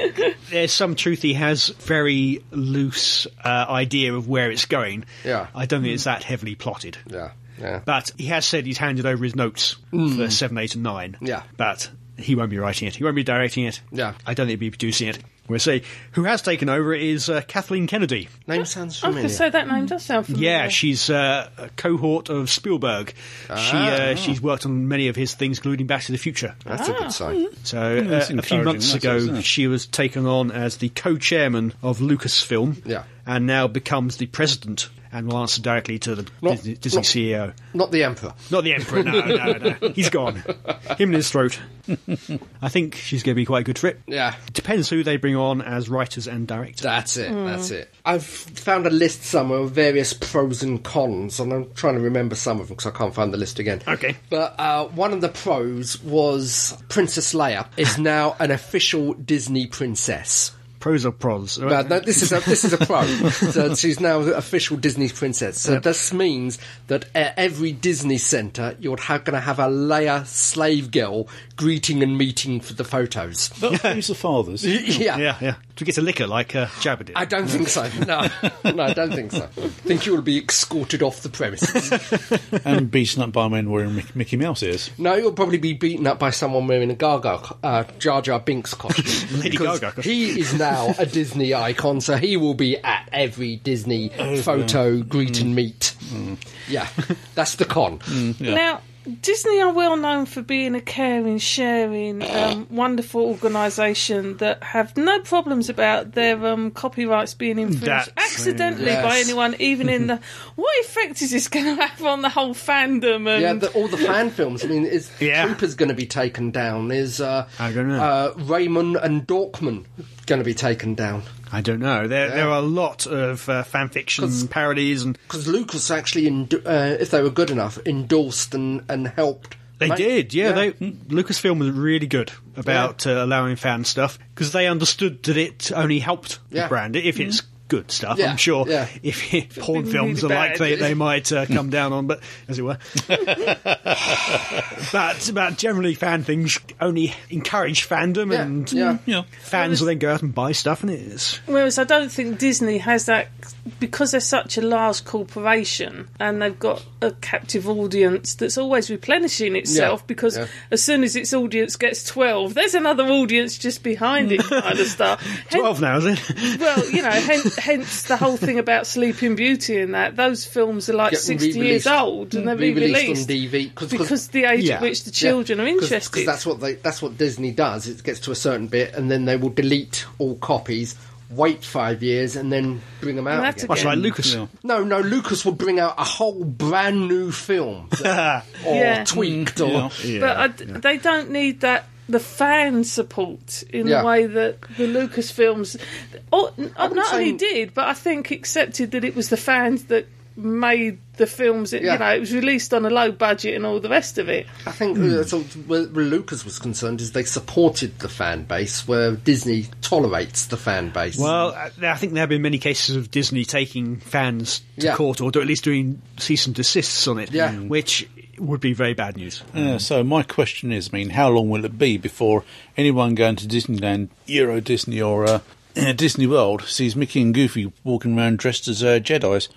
Speaker 6: there's some truth. He has very loose uh, idea of where it's going.
Speaker 5: Yeah.
Speaker 6: I don't think it's that heavily plotted.
Speaker 5: yeah. Yeah.
Speaker 6: But he has said he's handed over his notes for seven, eight, and nine.
Speaker 5: Yeah.
Speaker 6: But he won't be writing it. He won't be directing it.
Speaker 5: Yeah.
Speaker 6: I don't think he'll be producing it. We'll see. Who has taken over is uh, Kathleen Kennedy.
Speaker 5: Name sounds
Speaker 2: I was going
Speaker 5: familiar.
Speaker 2: to say that name does sound familiar.
Speaker 6: Yeah, she's uh, a cohort of Spielberg. She uh, she's worked on many of his things, including Back to the Future.
Speaker 5: That's a
Speaker 2: ah,
Speaker 5: good sign.
Speaker 2: hmm.
Speaker 6: So uh,
Speaker 4: that's
Speaker 6: a few months
Speaker 4: encouraging. That's nice, isn't
Speaker 6: ago,
Speaker 4: it?
Speaker 6: she was taken on as the co-chairman of Lucasfilm,
Speaker 5: Yeah.
Speaker 6: and now becomes the president and will answer directly to the
Speaker 5: Not-
Speaker 6: Disney, Disney E
Speaker 5: not-
Speaker 6: CEO.
Speaker 5: Not the Emperor.
Speaker 6: Not the emperor. No, no, no. He's gone. Him in his throat. I think she's going to be quite good for it.
Speaker 5: Yeah.
Speaker 6: Depends who they bring on as writers and directors.
Speaker 5: That's it.
Speaker 2: Hmm.
Speaker 5: That's it. I've found a list somewhere of various pros and cons, and I'm trying to remember some of them because I can't find the list again.
Speaker 6: Okay.
Speaker 5: But uh, one of the pros was Princess Leia is now an official Disney princess.
Speaker 6: Pros or pros?
Speaker 5: Now, no, this is a, this is a pro. so she's now an official Disney princess. So this means that at every Disney centre, you're ha- going to have a Leia slave girl greeting and meeting for the photos.
Speaker 4: That leaves the fathers.
Speaker 5: yeah.
Speaker 6: Yeah, yeah. Do we get a liquor like uh, Jabba did?
Speaker 5: I don't think so. No, no, I don't think so. I think you will be escorted off the premises.
Speaker 4: and beaten up by men wearing Mic- Mickey Mouse ears.
Speaker 5: No, you'll probably be beaten up by someone wearing a Gaga, co- uh, Jar Jar Binks costume.
Speaker 6: Lady
Speaker 5: Because
Speaker 6: Gaga.
Speaker 5: He is now a Disney icon, so he will be at every Disney
Speaker 6: Oh,
Speaker 5: photo greet
Speaker 6: Mm.
Speaker 5: and meet. Yeah, that's the con.
Speaker 2: Now, Disney are well known for being a caring, sharing, um, wonderful organisation that have no problems about their um, copyrights being infringed
Speaker 6: That's-
Speaker 2: accidentally
Speaker 5: yes.
Speaker 2: by anyone, even in the. What effect is this going to have on the whole fandom? And
Speaker 5: Yeah, the, all the fan films. I mean, is
Speaker 6: Yeah.
Speaker 5: Trooper's going to be taken down? Is uh,
Speaker 6: I don't know.
Speaker 5: Uh, Raymond and Dorkman going to be taken down?
Speaker 6: I don't know. There, there are a lot of uh, fan fiction parodies, and
Speaker 5: Because Lucas actually, endo- uh, if they were good enough, endorsed and, and helped.
Speaker 6: they
Speaker 5: make-
Speaker 6: did. Yeah, they Lucasfilm was really good about uh, allowing fan stuff because they understood that it only helped
Speaker 5: Yeah.
Speaker 6: the brand if it's good stuff.
Speaker 5: Yeah,
Speaker 6: I'm sure
Speaker 5: yeah.
Speaker 6: if, if porn
Speaker 2: been
Speaker 6: films
Speaker 2: really
Speaker 6: are like
Speaker 2: bad.
Speaker 6: they, they might uh, come down on, but as it were. but but generally, fan things only encourage fandom,
Speaker 5: Yeah,
Speaker 6: and
Speaker 5: yeah.
Speaker 4: Yeah.
Speaker 6: fans will then go out and buy stuff, and it's
Speaker 2: Whereas I don't think Disney has that because they're such a large corporation and they've got a captive audience that's always replenishing itself
Speaker 5: Yeah,
Speaker 2: because
Speaker 5: yeah.
Speaker 2: as soon as its audience gets 12, there's another audience just behind it kind of stuff. Hence-
Speaker 6: twelve now, is it?
Speaker 2: well, you know, hen- hence the whole thing about Sleeping Beauty and that. Those films are like
Speaker 5: Get
Speaker 2: 60
Speaker 5: re-released-
Speaker 2: years old and they're
Speaker 5: re-released
Speaker 2: re-released
Speaker 5: on DV 'cause- 'cause-
Speaker 2: because the age
Speaker 6: Yeah.
Speaker 2: at which the children are interested.
Speaker 5: Because that's what they, that's what Disney does. It gets to a certain bit, and then they will delete all copies, wait five years, and then bring them out
Speaker 2: that's
Speaker 5: again.
Speaker 2: a-
Speaker 6: Much like Lucas.
Speaker 4: Yeah.
Speaker 5: No, no. Lucas will bring out a whole brand new film, that- or
Speaker 2: Yeah.
Speaker 5: tweaked, or
Speaker 4: Mm, Yeah.
Speaker 2: but I d they don't need that the fan support in
Speaker 5: Yeah.
Speaker 2: the way that the Lucasfilms or, not
Speaker 5: say-
Speaker 2: only did, but I think accepted that it was the fans that made the films. That,
Speaker 5: Yeah.
Speaker 2: You know, it was released on a low budget and all the rest of it.
Speaker 5: I think uh, that's all- where, where Lucas was concerned is they supported the fan base, where Disney tolerates the fan base.
Speaker 6: Well, I I think there have been many cases of Disney taking fans to
Speaker 5: Yeah.
Speaker 6: court, or at least doing cease and desists on it,
Speaker 5: Yeah.
Speaker 6: which would be very bad news.
Speaker 4: Yeah, so my question is, I mean, how long will it be before anyone going to Disneyland, Euro Disney, or uh, Disney World sees Mickey and Goofy walking around dressed as uh, Jedi's?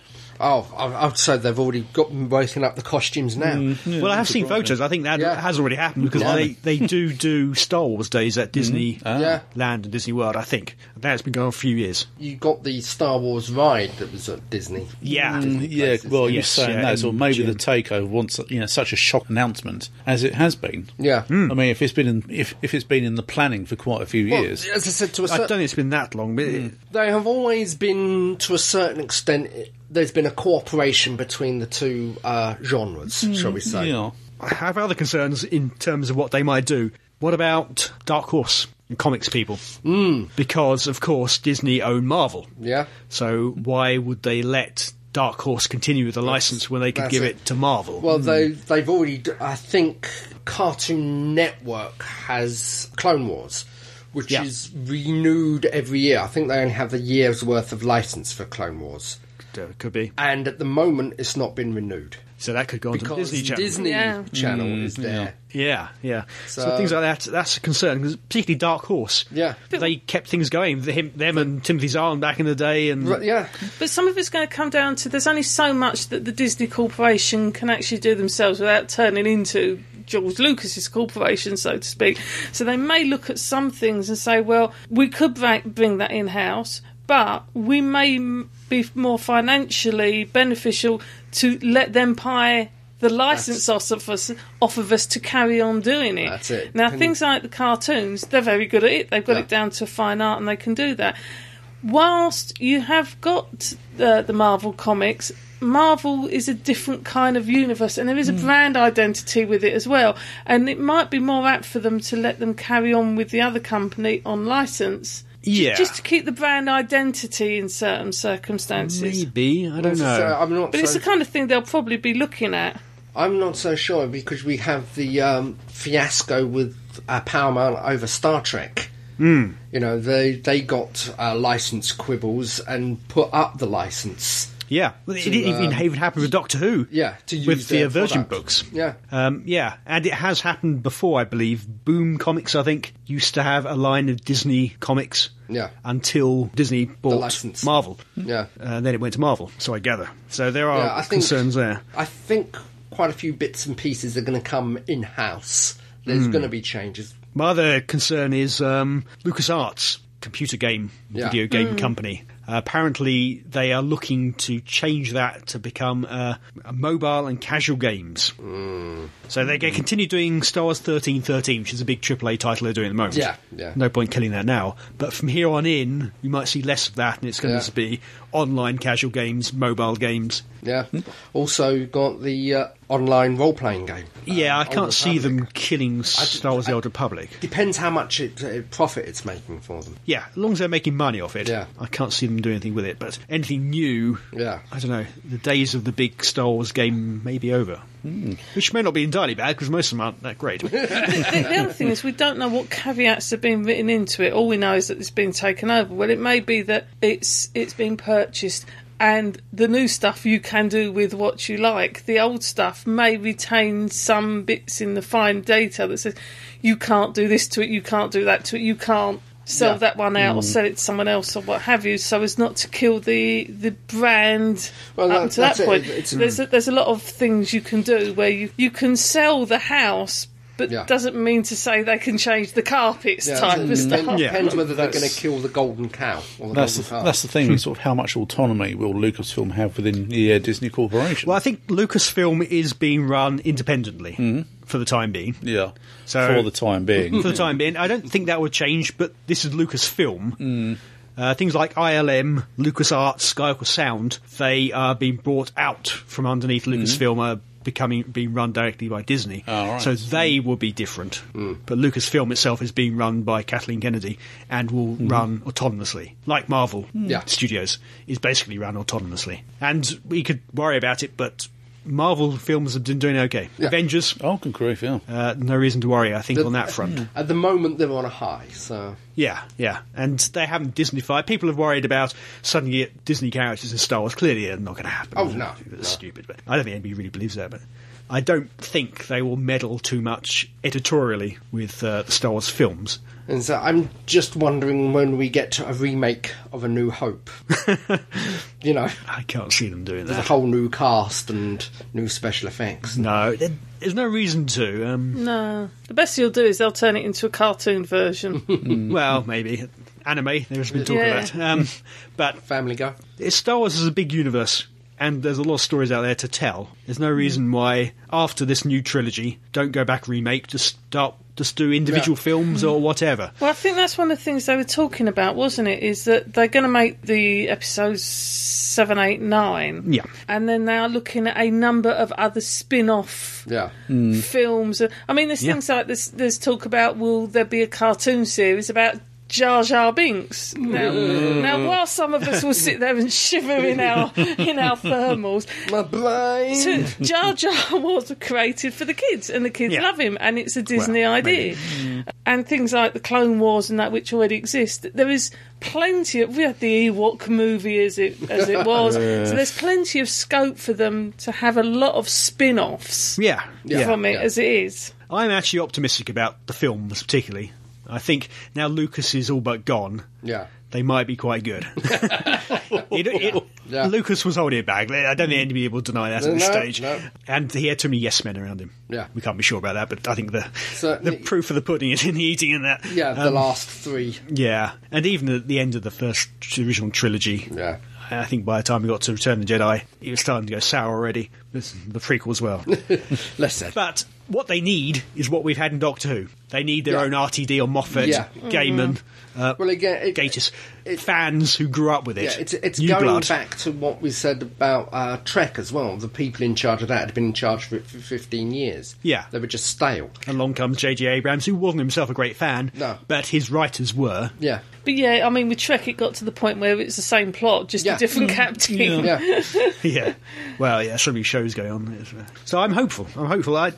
Speaker 5: Oh, I- I'd say they've already got them breaking up the costumes now.
Speaker 4: Mm-hmm.
Speaker 6: well, I have seen
Speaker 4: surprising.
Speaker 6: photos. I think that
Speaker 5: Yeah.
Speaker 6: has already happened because
Speaker 5: Yeah.
Speaker 6: they, they do do Star Wars days at Disney
Speaker 5: Yeah.
Speaker 6: Land and Disney World, I think. That's been going on for a few years.
Speaker 5: You got the Star Wars ride that was at Disney.
Speaker 6: Yeah.
Speaker 4: Mm, yeah, well, you're
Speaker 6: Yes,
Speaker 4: saying
Speaker 6: yeah,
Speaker 4: that, or
Speaker 6: in
Speaker 4: maybe the
Speaker 6: June.
Speaker 4: takeover wants you know such a shock announcement as it has been.
Speaker 5: Yeah.
Speaker 6: Hmm.
Speaker 4: I mean, if it's been in, if if it's been in the planning for quite a few
Speaker 5: Well,
Speaker 4: years,
Speaker 5: as I said to a
Speaker 6: I don't
Speaker 5: certain,
Speaker 6: think it's been that long, but it-
Speaker 5: they have always been to a certain extent. There's been a cooperation between the two uh, genres, shall we say?
Speaker 4: yeah,
Speaker 6: I have other concerns in terms of what they might do. What about Dark Horse and comics people? Mm. Because, of course, Disney own Marvel.
Speaker 5: Hmm. Yeah.
Speaker 6: So why would they let Dark Horse continue with the license when they could
Speaker 5: that's
Speaker 6: give
Speaker 5: it.
Speaker 6: it. to Marvel?
Speaker 5: Well, they they've already. d- I think Cartoon Network has Clone Wars, which
Speaker 6: Yeah.
Speaker 5: is renewed every year. I think they only have a year's worth of license for Clone Wars,
Speaker 6: Uh, could be.
Speaker 5: and at the moment, it's not been renewed
Speaker 6: So that could go on to the
Speaker 5: because
Speaker 6: Disney Channel.
Speaker 5: Disney
Speaker 2: Yeah.
Speaker 5: Channel is there.
Speaker 6: Yeah, yeah. So,
Speaker 5: So-
Speaker 6: things like that, that's a concern, 'cause particularly Dark Horse.
Speaker 5: Yeah.
Speaker 6: They kept things going, the- him, them and Timothy Zahn back in the day. and
Speaker 5: But yeah,
Speaker 2: But some of it's going to come down to there's only so much that the Disney Corporation can actually do themselves without turning into George Lucas's corporation, so to speak. So they may look at some things and say, well, we could bra- bring that in house, but we may m- be more financially beneficial to let them pie. The license off of us, off of us to carry on doing it.
Speaker 5: That's it.
Speaker 2: Now,
Speaker 5: Can-
Speaker 2: things like the cartoons, they're very good at it. They've got
Speaker 5: Yeah.
Speaker 2: it down to a fine art, and they can do that whilst you have got the, the Marvel comics, Marvel is a different kind of universe, and there is a
Speaker 6: Hmm.
Speaker 2: brand identity with it as well. And it might be more apt for them to let them carry on with the other company on license,
Speaker 6: yeah.
Speaker 2: just to keep the brand identity in certain circumstances.
Speaker 6: Maybe. I don't know.
Speaker 5: So uh, I'm not.
Speaker 2: But it's
Speaker 5: so,
Speaker 2: the kind of thing they'll probably be looking at.
Speaker 5: I'm not so sure because we have the um, fiasco with uh, Paramount over Star Trek. Mm. You know, they they got uh, license quibbles and put up the license.
Speaker 6: Yeah, well, it, it even,
Speaker 5: um,
Speaker 6: even happened with Doctor Who.
Speaker 5: Yeah, to use
Speaker 6: with the
Speaker 5: their
Speaker 6: uh, Virgin
Speaker 5: product.
Speaker 6: books.
Speaker 5: Yeah.
Speaker 6: um, yeah, and it has happened before, I believe. Boom Comics, I think, used to have a line of Disney comics.
Speaker 5: Yeah.
Speaker 6: until Disney bought
Speaker 5: license.
Speaker 6: Marvel.
Speaker 5: Yeah.
Speaker 6: and then it went to Marvel. So I gather. So there are
Speaker 5: yeah, I think,
Speaker 6: Oh, concerns there.
Speaker 5: I think quite a few bits and pieces are going to come in house. There's going to be changes.
Speaker 6: My other concern is um, LucasArts, computer game,
Speaker 5: Yeah.
Speaker 6: video game company. apparently, they are looking to change that to become uh, mobile and casual games.
Speaker 5: Hmm.
Speaker 6: So they're going to continue doing Star Wars 1313, which is a big AAA title they're doing at the moment.
Speaker 5: Yeah, yeah.
Speaker 6: No point killing that now. But from here on in, you might see less of that, and it's going
Speaker 5: Yeah.
Speaker 6: to just be online casual games, mobile games.
Speaker 5: Yeah. Also got the uh, online role playing game.
Speaker 6: Yeah,
Speaker 5: Um,
Speaker 6: I can't
Speaker 5: Old
Speaker 6: see
Speaker 5: Republic.
Speaker 6: them killing Star Wars The Old Republic.
Speaker 5: Depends how much it, uh, profit it's making for them.
Speaker 6: Yeah, as long as they're making money off it,
Speaker 5: Yeah.
Speaker 6: I can't see them doing anything with it. But anything new,
Speaker 5: Yeah.
Speaker 6: I don't know. The days of the big Star Wars game may be over,
Speaker 5: Hmm.
Speaker 6: which may not be entirely bad because most of them aren't that great.
Speaker 2: the, the other thing is we don't know what caveats are being written into it. All we know is that it's been taken over. Well, it may be that it's it's been purchased. And the new stuff you can do with what you like. The old stuff may retain some bits in the fine data that says you can't do this to it, you can't do that to it, you can't sell
Speaker 5: Yeah. Mm.
Speaker 2: that one out or sell it to someone else or what have you, so as not to kill the the brand
Speaker 5: Well,
Speaker 2: up
Speaker 5: that-
Speaker 2: to that
Speaker 5: that's it.
Speaker 2: point.
Speaker 5: It's-
Speaker 2: there's a, there's a lot of things you can do where you, you can sell the house, but
Speaker 5: Yeah.
Speaker 2: doesn't mean to say they can change the carpets
Speaker 5: Yeah,
Speaker 2: type
Speaker 5: it
Speaker 2: of stuff.
Speaker 5: depends,
Speaker 6: Yeah.
Speaker 5: depends whether they're going to kill the golden cow or the
Speaker 4: that's
Speaker 5: golden
Speaker 4: the,
Speaker 5: calf.
Speaker 4: that's the thing.
Speaker 6: Hmm.
Speaker 4: is sort of how much autonomy will Lucasfilm have within the uh, Disney Corporation?
Speaker 6: well, I think Lucasfilm is being run independently
Speaker 5: Mm-hmm.
Speaker 6: for the time being.
Speaker 4: yeah,
Speaker 6: So-
Speaker 4: for the time being,
Speaker 6: For the time being, I don't think that would change. But this is Lucasfilm.
Speaker 5: Hmm.
Speaker 6: Uh, things like ILM, LucasArts, Skywalker Sound, they are being brought out from underneath
Speaker 5: Hmm.
Speaker 6: Lucasfilm, are becoming being run directly by Disney.
Speaker 5: Ah,
Speaker 4: Oh, right.
Speaker 6: So
Speaker 5: Hmm.
Speaker 6: they will be different. But Lucasfilm itself is being run by Kathleen Kennedy and will run autonomously, like Marvel
Speaker 5: Hmm. Yeah.
Speaker 6: Studios is basically run autonomously. And we could worry about it, but Marvel films have been doing okay.
Speaker 5: Yeah.
Speaker 6: Avengers,
Speaker 4: I can agree. Oh, Yeah,
Speaker 5: Hmm.
Speaker 6: uh, no reason to worry. I think on that front.
Speaker 5: At the moment, they're on a high, so
Speaker 6: Yeah, yeah. And they haven't Disneyfied. People are worried about suddenly Disney characters in Star Wars. Clearly, it's not going to happen.
Speaker 5: Oh, no,
Speaker 6: That's
Speaker 5: no.
Speaker 6: stupid. But I don't think anybody really believes that. But I don't think they will meddle too much editorially with uh, the Star Wars films.
Speaker 5: And so I'm just wondering when we get a remake of A New Hope. you know,
Speaker 6: I can't see them doing
Speaker 5: with a
Speaker 6: that.
Speaker 5: whole new cast and new special effects.
Speaker 6: No, there- there's no reason to. Um,
Speaker 2: No. The best you'll do is they'll turn it into a cartoon version.
Speaker 6: Well, maybe anime. There's been talk
Speaker 2: Yeah.
Speaker 6: of that. Um, but
Speaker 5: Family Guy.
Speaker 6: it's Star Wars is a big universe, and there's a lot of stories out there to tell. There's no reason why after this new trilogy, don't go back remake. Just start, just do individual films or whatever.
Speaker 2: well, I think that's one of the things they were talking about, wasn't it? Is that they're going to make the episodes seven, eight, nine.
Speaker 6: Yeah.
Speaker 2: And then they are looking at a number of other spin off
Speaker 5: Yeah.
Speaker 2: films. I mean, there's
Speaker 6: Yeah.
Speaker 2: things like this. There's talk about will there be a cartoon series about Jar Jar Binks? Now,
Speaker 6: Mm.
Speaker 2: now, while some of us will sit there and shiver in our in our thermals,
Speaker 5: My brain.
Speaker 2: to- Jar Jar was created for the kids, and the kids
Speaker 6: Yeah.
Speaker 2: love him, and it's a Disney
Speaker 6: Well,
Speaker 2: idea. And things like the Clone Wars and that, which already exist, there is plenty of. We had the Ewok movie as it as it was, so there's plenty of scope for them to have a lot of spin-offs
Speaker 6: Yeah, yeah.
Speaker 2: from it
Speaker 5: yeah.
Speaker 2: as it is.
Speaker 6: I'm actually optimistic about the films, particularly. I think now Lucas is all but gone.
Speaker 5: Yeah.
Speaker 6: They might be quite good. You know, it-
Speaker 5: Yeah.
Speaker 6: Lucas was holding it back. I don't think anybody will deny that at this
Speaker 5: No,
Speaker 6: stage.
Speaker 5: no.
Speaker 6: And he had too many yes men around him.
Speaker 5: Yeah.
Speaker 6: we can't be sure about that, but I think the
Speaker 5: Certainly.
Speaker 6: the proof of the pudding is in the eating and that.
Speaker 5: Yeah, the
Speaker 6: Um,
Speaker 5: last three.
Speaker 6: Yeah, and even at the end of the first original trilogy,
Speaker 5: Yeah.
Speaker 6: I think by the time we got to Return of the Jedi, it was starting to go sour already. This- The prequels, well,
Speaker 5: Less said.
Speaker 6: but what they need is what we've had in Doctor Who. They need their
Speaker 5: Yeah.
Speaker 6: own RTD or Moffat,
Speaker 5: Yeah.
Speaker 6: Gaiman, uh,
Speaker 5: Well, again, it,
Speaker 6: Gatiss,
Speaker 5: it-
Speaker 6: fans who grew up with it.
Speaker 5: yeah, it's, it's
Speaker 6: New
Speaker 5: going
Speaker 6: blood.
Speaker 5: back to what we said about uh, Trek as well. The people in charge of that had been in charge for, for 15 years.
Speaker 6: Yeah.
Speaker 5: They were just stale.
Speaker 6: Along comes J.J. Abrams, who wasn't himself a great fan,
Speaker 5: No.
Speaker 6: but his writers were.
Speaker 5: Yeah.
Speaker 2: But yeah, I mean, with Trek, it got to the point where it's the same plot, just
Speaker 5: Yeah.
Speaker 2: a different captain.
Speaker 6: Mm.
Speaker 5: Yeah.
Speaker 6: yeah. Well, yeah, so many shows going on. So I'm hopeful. I'm hopeful. I,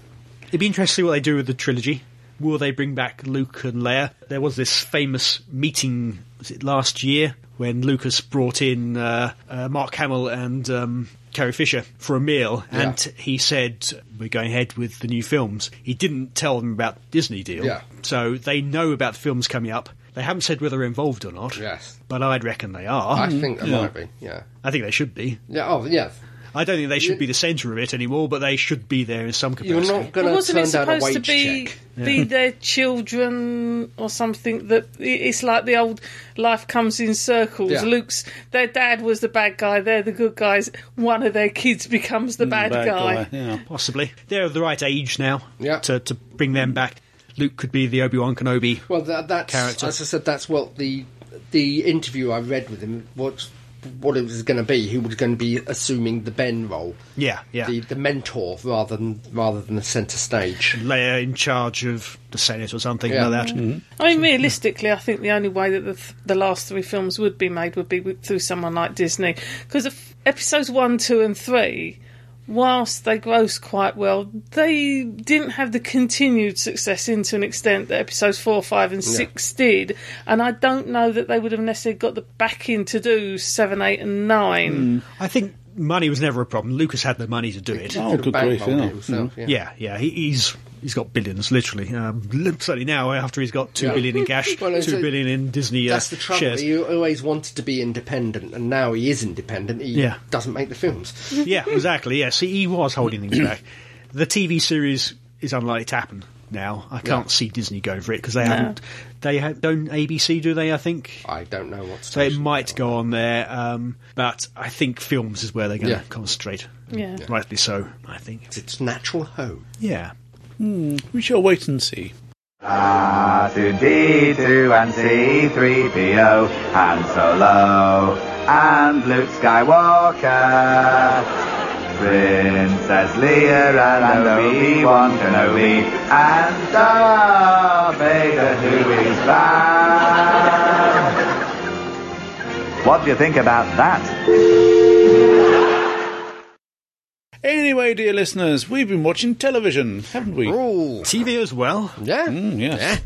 Speaker 6: it'd be interesting to see what they do with the trilogy. Will they bring back Luke and Leia? There was this famous meeting, was it last year, when Lucas brought in uh, uh, Mark Hamill and um, Carrie Fisher for a meal, and he said, We're going ahead with the new films. He didn't tell them about the Disney deal,
Speaker 5: Yeah.
Speaker 6: so they know about the films coming up. They haven't said whether they're involved or not,
Speaker 5: Yes.
Speaker 6: but I'd reckon they are.
Speaker 5: I
Speaker 6: I,
Speaker 5: think that might be. Yeah.
Speaker 6: think they should be.
Speaker 5: Yeah. Oh, yeah.
Speaker 6: I don't think they should be the centre of it anymore, but they should be there in some
Speaker 5: You're
Speaker 6: capacity.
Speaker 5: not
Speaker 2: But
Speaker 5: going to
Speaker 2: wasn't it
Speaker 5: turn down a
Speaker 2: supposed to be
Speaker 5: wage check.
Speaker 2: be their children or something? That it- it's like the old life comes in circles.
Speaker 5: Yeah.
Speaker 2: Luke's their dad was the bad guy. They're the good guys. One of their kids becomes the bad, guy.
Speaker 4: Yeah.
Speaker 6: Possibly. They're of the right age now
Speaker 5: Yeah.
Speaker 6: to, to bring them back. Luke could be the Obi Wan Kenobi.
Speaker 5: Well, that, that's
Speaker 6: character.
Speaker 5: as I said. That's what the the interview I read with him. What what it was going to be. He was going to be assuming the Ben role.
Speaker 6: Yeah, yeah.
Speaker 5: The, the mentor rather than rather than the centre stage.
Speaker 6: Leia in charge of the Senate or something
Speaker 5: Yeah.
Speaker 6: like that.
Speaker 2: I mean, realistically, I think the only way that the, th- the last three films would be made would be with, through someone like Disney. Because if episodes one, two, and three, whilst they grossed quite well, they didn't have the continued success into an extent that episodes four, five, and six did. And I don't know that they would have necessarily got the backing to do seven, eight, and nine.
Speaker 6: I think money was never a problem. Lucas had the money to do it.
Speaker 4: Oh,
Speaker 5: Could have
Speaker 4: good grief,
Speaker 5: bankrolled
Speaker 4: yeah.
Speaker 5: it himself, yeah.
Speaker 6: Yeah, Mm-hmm. yeah. He, he's he's got billions, literally. Um, certainly now, after he's got two
Speaker 5: Yeah.
Speaker 6: billion in cash, two
Speaker 5: Well,
Speaker 6: billion
Speaker 5: it's a-
Speaker 6: in Disney uh,
Speaker 5: That's the trouble.
Speaker 6: shares.
Speaker 5: He always wanted to be independent, and now he is independent. He
Speaker 6: Yeah.
Speaker 5: doesn't make the films.
Speaker 6: yeah, exactly. Yes, he he was holding things back. The TV series is unlikely to happen now. I can't
Speaker 5: Yeah.
Speaker 6: see Disney going for it because they haven't. They ha- don't ABC, do they? I think.
Speaker 5: I don't know what's.
Speaker 6: So it might go on there, um, but I think films is where they're going to
Speaker 5: Yeah.
Speaker 6: concentrate.
Speaker 2: Yeah.
Speaker 6: Rightly so, I think.
Speaker 5: It's natural home.
Speaker 6: Yeah.
Speaker 4: We shall wait and see.
Speaker 7: R2D2 and C3PO, Han Solo, and Luke Skywalker. Princess Leia and Obi-Wan Kenobi, and Darth Vader who is back. What do you think about that?
Speaker 4: Anyway, dear listeners, we've been watching television, haven't we?
Speaker 5: Ooh.
Speaker 6: TV as well.
Speaker 5: Yeah.
Speaker 4: Mm, yes.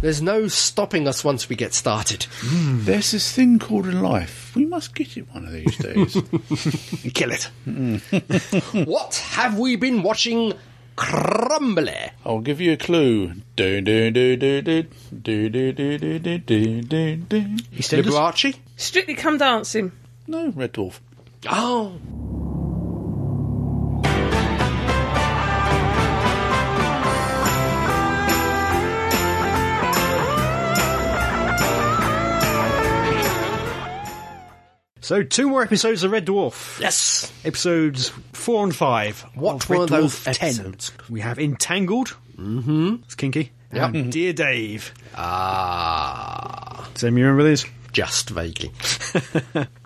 Speaker 5: There's no stopping us once we get started.
Speaker 4: There's this thing called a life. We must get it one of these days.
Speaker 6: Kill it.
Speaker 5: Hmm. what have we been watching? Crumbly.
Speaker 4: I'll give you a clue. Do do do do do do do do do do do do do.
Speaker 5: Liberace?
Speaker 2: Strictly Come Dancing.
Speaker 4: No, Red Dwarf.
Speaker 5: Oh,
Speaker 6: So, two more episodes of Red Dwarf.
Speaker 5: yes.
Speaker 6: Episodes four and five.
Speaker 5: What
Speaker 6: of
Speaker 5: were
Speaker 6: Red
Speaker 5: those
Speaker 6: Dwarf 10.
Speaker 5: episodes?
Speaker 6: We have Entangled. Mm-hmm. It's kinky.
Speaker 5: Yep.
Speaker 6: And Dear Dave.
Speaker 5: Ah,
Speaker 6: Does anyone remember these?
Speaker 5: just vaguely.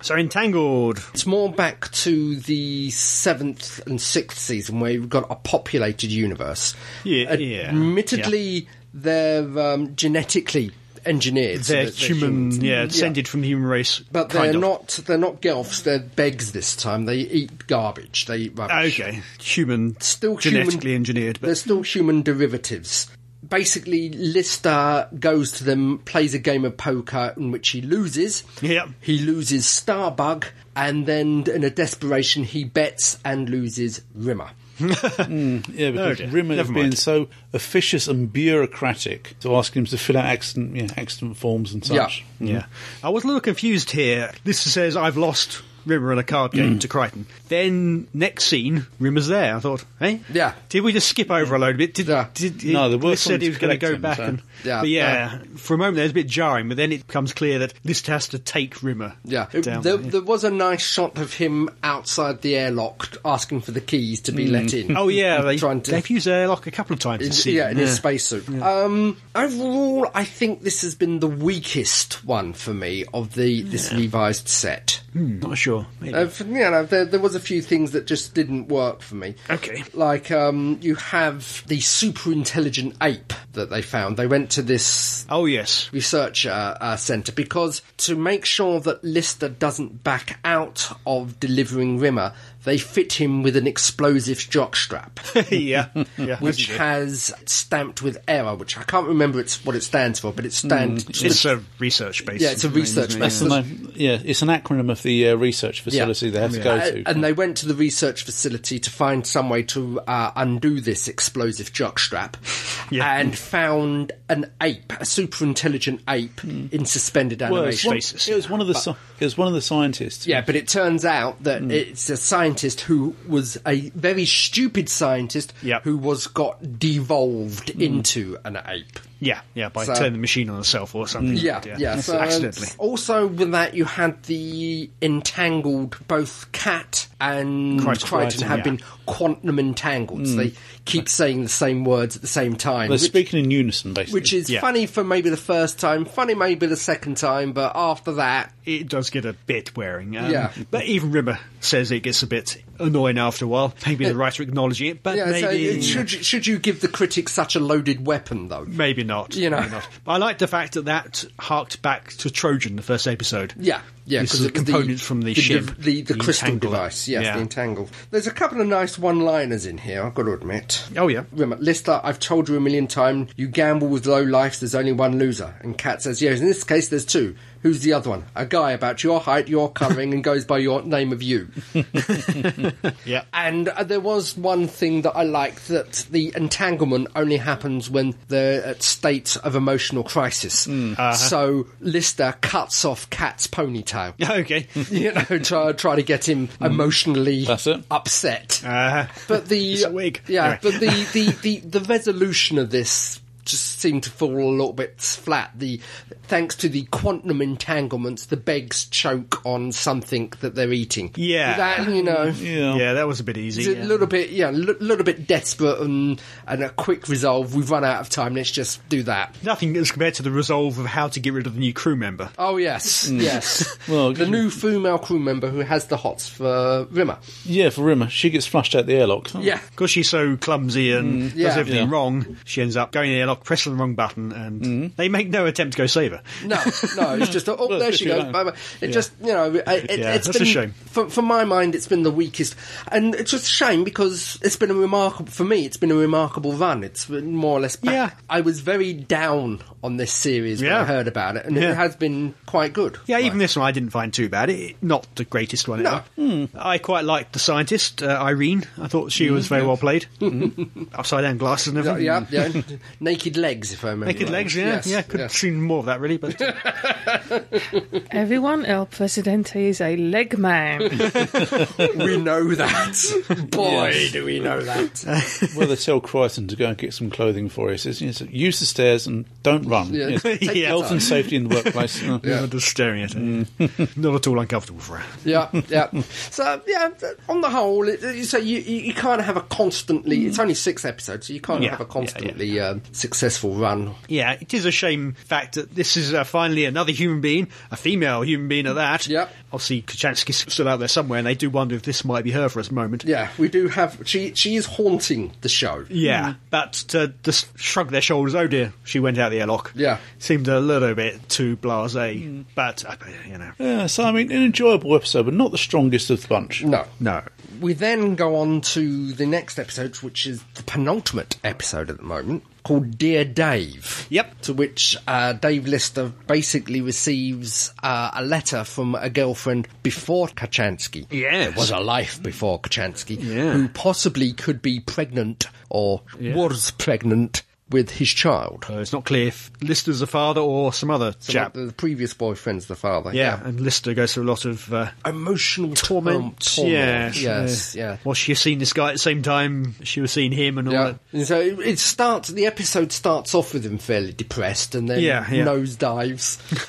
Speaker 6: So, Entangled.
Speaker 5: It's more back to the seventh and sixth season where you've got a populated universe.
Speaker 6: Yeah, yeah.
Speaker 5: Admittedly, they're um, genetically engineered. so
Speaker 6: They're,
Speaker 5: that
Speaker 6: human, yeah, descended from the human race.
Speaker 5: But
Speaker 6: kind
Speaker 5: they're
Speaker 6: of.
Speaker 5: not. They're not Gelfs. They're Begs this time. They eat garbage. They eat rubbish.
Speaker 6: Okay. Human.
Speaker 5: Still
Speaker 6: genetically
Speaker 5: human,
Speaker 6: engineered, but
Speaker 5: they're still human derivatives. Basically, Lister goes to them, plays a game of poker in which he loses.
Speaker 6: Yep.
Speaker 5: He loses Starbug, and then in a desperation, he bets and loses Rimmer.
Speaker 4: Yeah, because
Speaker 6: dear.
Speaker 4: Rimmer is
Speaker 6: Never
Speaker 4: being
Speaker 6: mind.
Speaker 4: so officious and bureaucratic. So asking him to fill out accident, yeah, accident forms and such.
Speaker 5: Yeah.
Speaker 6: Yeah. I was a little confused here. This says, I've lost Rimmer in a card
Speaker 5: Mm.
Speaker 6: game to Crichton. Then, next scene, Rimmer's there. I thought, hey?
Speaker 5: Yeah.
Speaker 6: Did we just skip over a load of it? Did,
Speaker 5: Yeah.
Speaker 6: did,
Speaker 4: No, there were
Speaker 6: List said he was
Speaker 4: some eh?
Speaker 6: going to go
Speaker 4: collecting, so-
Speaker 6: back. And,
Speaker 5: Yeah.
Speaker 6: But yeah, for a moment there, it's a bit jarring, but then it becomes clear that List has to take Rimmer.
Speaker 5: Yeah,
Speaker 6: down.
Speaker 5: there, there was a nice shot of him outside the airlock asking for the keys to be let in.
Speaker 6: Oh yeah, they,
Speaker 5: trying to
Speaker 6: they've used airlock a couple of times. This season.
Speaker 5: yeah, in his spacesuit. Um, overall, I think this has been the weakest one for me of the this revised set.
Speaker 6: Hmm, Not sure. Maybe.
Speaker 5: Uh, for- you know, there, there was a few things that just didn't work for me.
Speaker 6: Okay.
Speaker 5: Like um, you have the super intelligent ape that they found. They went to this
Speaker 6: oh yes.
Speaker 5: research uh, uh, centre because to make sure that Lister doesn't back out of delivering Rimmer, they fit him with an explosive jockstrap,
Speaker 6: yeah. yeah.
Speaker 5: which has stamped with error, which I can't remember it's what it stands for, but it stands.
Speaker 6: Hmm, it's a research base.
Speaker 5: yeah, it's a research
Speaker 4: That's the name. Yeah, it's an acronym of the uh, research facility they have to go
Speaker 5: Uh,
Speaker 4: to.
Speaker 5: and they went to the research facility to find some way to uh, undo this explosive jockstrap
Speaker 6: Yeah.
Speaker 5: and found an ape, a super intelligent ape
Speaker 6: Hmm.
Speaker 5: in suspended
Speaker 4: Well, it's
Speaker 5: animation.
Speaker 4: one-
Speaker 6: basis.
Speaker 4: it was one of the sci- it was one of the scientists.
Speaker 5: Yeah, but it turns out that
Speaker 6: Hmm.
Speaker 5: it's a scientist who was a very stupid scientist
Speaker 6: Yep. Hmm.
Speaker 5: who was got devolved into an ape.
Speaker 6: Yeah, yeah, by
Speaker 5: So-
Speaker 6: turning the machine on itself or something.
Speaker 5: Yeah,
Speaker 6: like that,
Speaker 5: yeah. So uh,
Speaker 6: accidentally.
Speaker 5: Also, with that, you had the entangled. Both Cat and
Speaker 6: Crichton.
Speaker 5: Crichton, have
Speaker 6: Yeah.
Speaker 5: been quantum entangled.
Speaker 6: Mm.
Speaker 5: So they keep saying the same words at the same time.
Speaker 4: They're
Speaker 5: which-
Speaker 4: speaking in unison, basically.
Speaker 5: which is
Speaker 6: Yeah.
Speaker 5: funny for maybe the first time, funny maybe the second time, but after that,
Speaker 6: It does get a bit wearing. Um,
Speaker 5: Yeah.
Speaker 6: But even Rimmer says it gets a bit annoying after a while. Maybe the writer acknowledging it, but
Speaker 5: yeah. so
Speaker 6: maybe.
Speaker 5: it- should should you give the critics such a loaded weapon though?
Speaker 6: Maybe not.
Speaker 5: You know.
Speaker 6: maybe not. But I like the fact that that harked back to Trojan, the first episode.
Speaker 5: Yeah, yeah,
Speaker 6: This
Speaker 5: because
Speaker 6: is the components from the, ship,
Speaker 5: div- the, the, crystal
Speaker 6: entangler.
Speaker 5: device. Yes, the entangled. There's a couple of nice one-liners in here. I've got to admit.
Speaker 6: Oh, yeah.
Speaker 5: Remember, Lister, I've told you a million times. You gamble with low lives. There's only one loser. And Cat says, "Yes, in this case, there's two. Who's the other one? A guy about your height, your colouring, and goes by your name of you."
Speaker 6: Yeah.
Speaker 5: And uh, there was one thing that I liked that the entanglement only happens when they're at state of emotional crisis.
Speaker 6: Hmm. Uh-huh.
Speaker 5: So Lister cuts off Cat's ponytail
Speaker 6: Okay.
Speaker 5: you know, try try to get him emotionally
Speaker 4: That's it.
Speaker 5: upset.
Speaker 6: Uh,
Speaker 5: but the
Speaker 6: it's a wig.
Speaker 5: yeah,
Speaker 6: Anyway.
Speaker 5: but the, the, the, the resolution of this just seemed to fall a little bit flat. The thanks to the quantum entanglements, the begs choke on something that they're eating.
Speaker 6: Yeah.
Speaker 5: that you know.
Speaker 4: yeah.
Speaker 6: yeah, that was a bit easy.
Speaker 5: It's a
Speaker 6: yeah.
Speaker 5: little bit, yeah, a li- little bit desperate and, and a quick resolve. We've run out of time. Let's just do that.
Speaker 6: Nothing as compared to the resolve of how to get rid of the new crew member.
Speaker 5: Oh yes, yes.
Speaker 4: Well,
Speaker 5: the new female crew member who has the hots for Rimmer.
Speaker 4: Yeah, for Rimmer, she gets flushed out the airlock.
Speaker 5: Yeah,
Speaker 6: Because she's so clumsy and does
Speaker 5: Mm, yeah.
Speaker 6: everything
Speaker 4: Yeah.
Speaker 6: wrong, she ends up going in the airlock, pressing the wrong button, and
Speaker 5: Mm-hmm.
Speaker 6: they make no attempt to go save her.
Speaker 5: No, no, it's just oh, there she goes.
Speaker 4: literally
Speaker 5: Bye-bye. It just you know, it, it,
Speaker 6: Yeah,
Speaker 5: it's
Speaker 6: that's a
Speaker 5: been
Speaker 6: shame.
Speaker 5: For, for my mind, it's been the weakest, and it's just a shame because it's been a remarkable for me. It's been a remarkable run. It's been more or less. Back.
Speaker 6: Yeah.
Speaker 5: I was very down on this series when I
Speaker 6: Yeah.
Speaker 5: heard about it, and
Speaker 6: Yeah.
Speaker 5: it has been quite good.
Speaker 6: Yeah, even this one I didn't find too bad. It, not the greatest one ever.
Speaker 5: Hmm.
Speaker 6: I quite liked the scientist, uh, Irene. I thought she was very well played. Upside down glasses and everything.
Speaker 5: Mm-hmm. Yeah, yeah. Naked legs, if I remember.
Speaker 6: Naked
Speaker 5: right.
Speaker 6: legs, yeah.
Speaker 5: Yes,
Speaker 6: yeah, could have
Speaker 5: yes.
Speaker 6: seen more of that, really. But uh,
Speaker 2: Everyone, El Presidente is a leg man.
Speaker 5: we know that. Boy, do we know that.
Speaker 4: Well, they tell Crichton to go and get some clothing for you. He says, yes, use the stairs and don't run.
Speaker 5: Yeah.
Speaker 4: Yes.
Speaker 5: Take your
Speaker 4: Health and safety in the workplace. Oh.
Speaker 6: I'm just staring at it.
Speaker 5: Mm.
Speaker 6: not at all uncomfortable for her.
Speaker 5: yeah, yeah. So yeah, th- on the whole, it, it- so you you you can't have a constantly. It's only six episodes, so you can't
Speaker 6: Yeah,
Speaker 5: have a
Speaker 6: yeah, yeah.
Speaker 5: constantly Um, successful run.
Speaker 6: Yeah, it is a shame fact that this is uh, finally another human being, a female human being at that.
Speaker 5: Yep.
Speaker 6: Obviously, Kachansky's still out there somewhere, and they do wonder if this might be her for a moment.
Speaker 5: Yeah, we do have. She she is haunting the show.
Speaker 6: Yeah, but to just shrug their shoulders, oh dear, she went out the airlock.
Speaker 5: Yeah. Hmm.
Speaker 6: Seemed a little bit too blase, but, uh, you know.
Speaker 4: Yeah, so, I mean, an enjoyable episode, but not the strongest of the bunch.
Speaker 5: No,
Speaker 6: No.
Speaker 5: We then go on to the next episode, which is the penultimate episode at the moment, called Dear Dave.
Speaker 6: Yep.
Speaker 5: To which uh, Dave Lister basically receives uh, a letter from a girlfriend before Kachansky.
Speaker 6: Yes.
Speaker 5: It was a life before Kachansky,
Speaker 6: Yeah.
Speaker 5: who possibly could be pregnant or was pregnant with his child.
Speaker 6: Uh, it's not clear if Lister's the father or some other
Speaker 5: So
Speaker 6: chap.
Speaker 5: The previous boyfriend's the father.
Speaker 6: yeah, and Lister goes through a lot of uh,
Speaker 5: Emotional
Speaker 6: torment.
Speaker 5: tor- torment.
Speaker 6: Yes,
Speaker 5: Yes. Yeah.
Speaker 6: Well, she has seen this guy at the same time she was seeing him and all
Speaker 5: Yeah.
Speaker 6: that.
Speaker 5: And so it it starts. The episode starts off with him fairly depressed, and then
Speaker 6: Yeah, yeah.
Speaker 5: nose dives.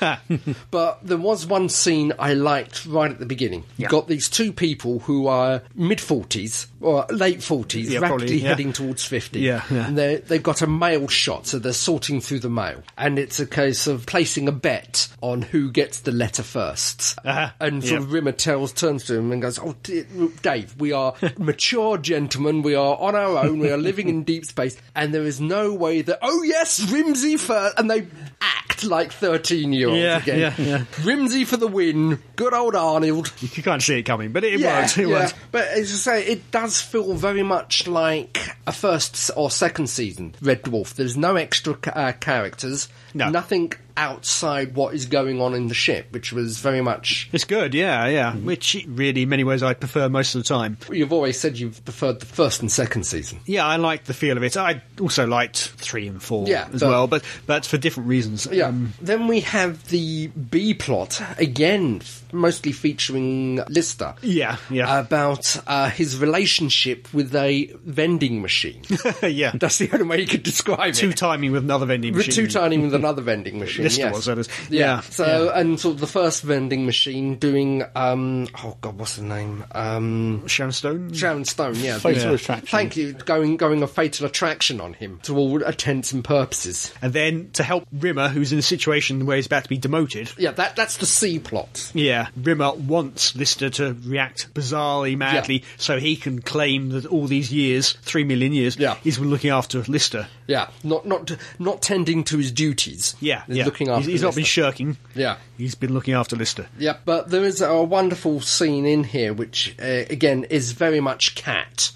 Speaker 5: but there was one scene I liked right at the beginning. You've got these two people who are mid forties or late forties,
Speaker 6: Yeah,
Speaker 5: rapidly
Speaker 6: probably, yeah.
Speaker 5: heading towards fifty.
Speaker 6: Yeah, yeah.
Speaker 5: And they they've got a mail shot, so they're sorting through the mail, and it's a case of placing a bet on who gets the letter 1st
Speaker 6: Uh-huh.
Speaker 5: And so
Speaker 6: Yeah.
Speaker 5: Rimmer tells, turns to him and goes, "Oh, dear, Dave, we are mature gentlemen. We are on our own. We are living in deep space, and there is no way that. Oh yes, Rimsey first, and they act like thirteen-year-olds
Speaker 6: Yeah,
Speaker 5: again.
Speaker 6: yeah, yeah.
Speaker 5: Rimsey for the win. Good old Arnold.
Speaker 6: You can't see it coming, but it worked. It worked.
Speaker 5: But as I say, it does feel very much like a first s- or second season Red Dwarf. There's no extra ca- uh, characters,
Speaker 6: No.
Speaker 5: nothing outside what is going on in the ship, which was very much.
Speaker 6: It's good, yeah, yeah.
Speaker 5: Mm-hmm.
Speaker 6: Which, really, in many ways, I prefer most of the time.
Speaker 5: You've always said you've preferred the first and second season.
Speaker 6: Yeah, I liked the feel of it. I also liked three and four
Speaker 5: Yeah,
Speaker 6: as
Speaker 5: but-
Speaker 6: well, but but for different reasons.
Speaker 5: Yeah.
Speaker 6: Um,
Speaker 5: then we have the B plot again, f- mostly featuring Lister.
Speaker 6: Yeah, yeah.
Speaker 5: About uh, his relationship with a vending machine.
Speaker 6: yeah.
Speaker 5: Uh, That's the only way you could describe
Speaker 6: Two
Speaker 5: it.
Speaker 6: timing with another vending
Speaker 5: With
Speaker 6: machine.
Speaker 5: two tiny with another vending machine.
Speaker 6: Lister
Speaker 5: yes.
Speaker 6: was, that is.
Speaker 5: Yeah.
Speaker 6: Yeah,
Speaker 5: So and sort of the first vending machine doing um oh god what's the name um
Speaker 6: Sharon Stone.
Speaker 5: Sharon Stone yeah.
Speaker 4: Fatal
Speaker 6: Yeah.
Speaker 4: attraction.
Speaker 5: Thank you. Going going a fatal attraction on him to all intents and purposes.
Speaker 6: and then to help Rimmer, who's in a situation where he's about to be demoted.
Speaker 5: Yeah, that that's the C plot.
Speaker 6: Yeah, Rimmer wants Lister to react bizarrely, madly, so he can claim that all these years, three million years,
Speaker 5: Yeah.
Speaker 6: he's been looking after Lister.
Speaker 5: Yeah, not not not tending to his duties.
Speaker 6: Yeah,
Speaker 5: He's
Speaker 6: yeah.
Speaker 5: looking
Speaker 6: He's-
Speaker 5: after.
Speaker 6: He's, not been
Speaker 5: Lister.
Speaker 6: shirking.
Speaker 5: Yeah.
Speaker 6: he's been looking after Lister.
Speaker 5: Yeah, but there is a wonderful scene in here, which uh, again is very much cat.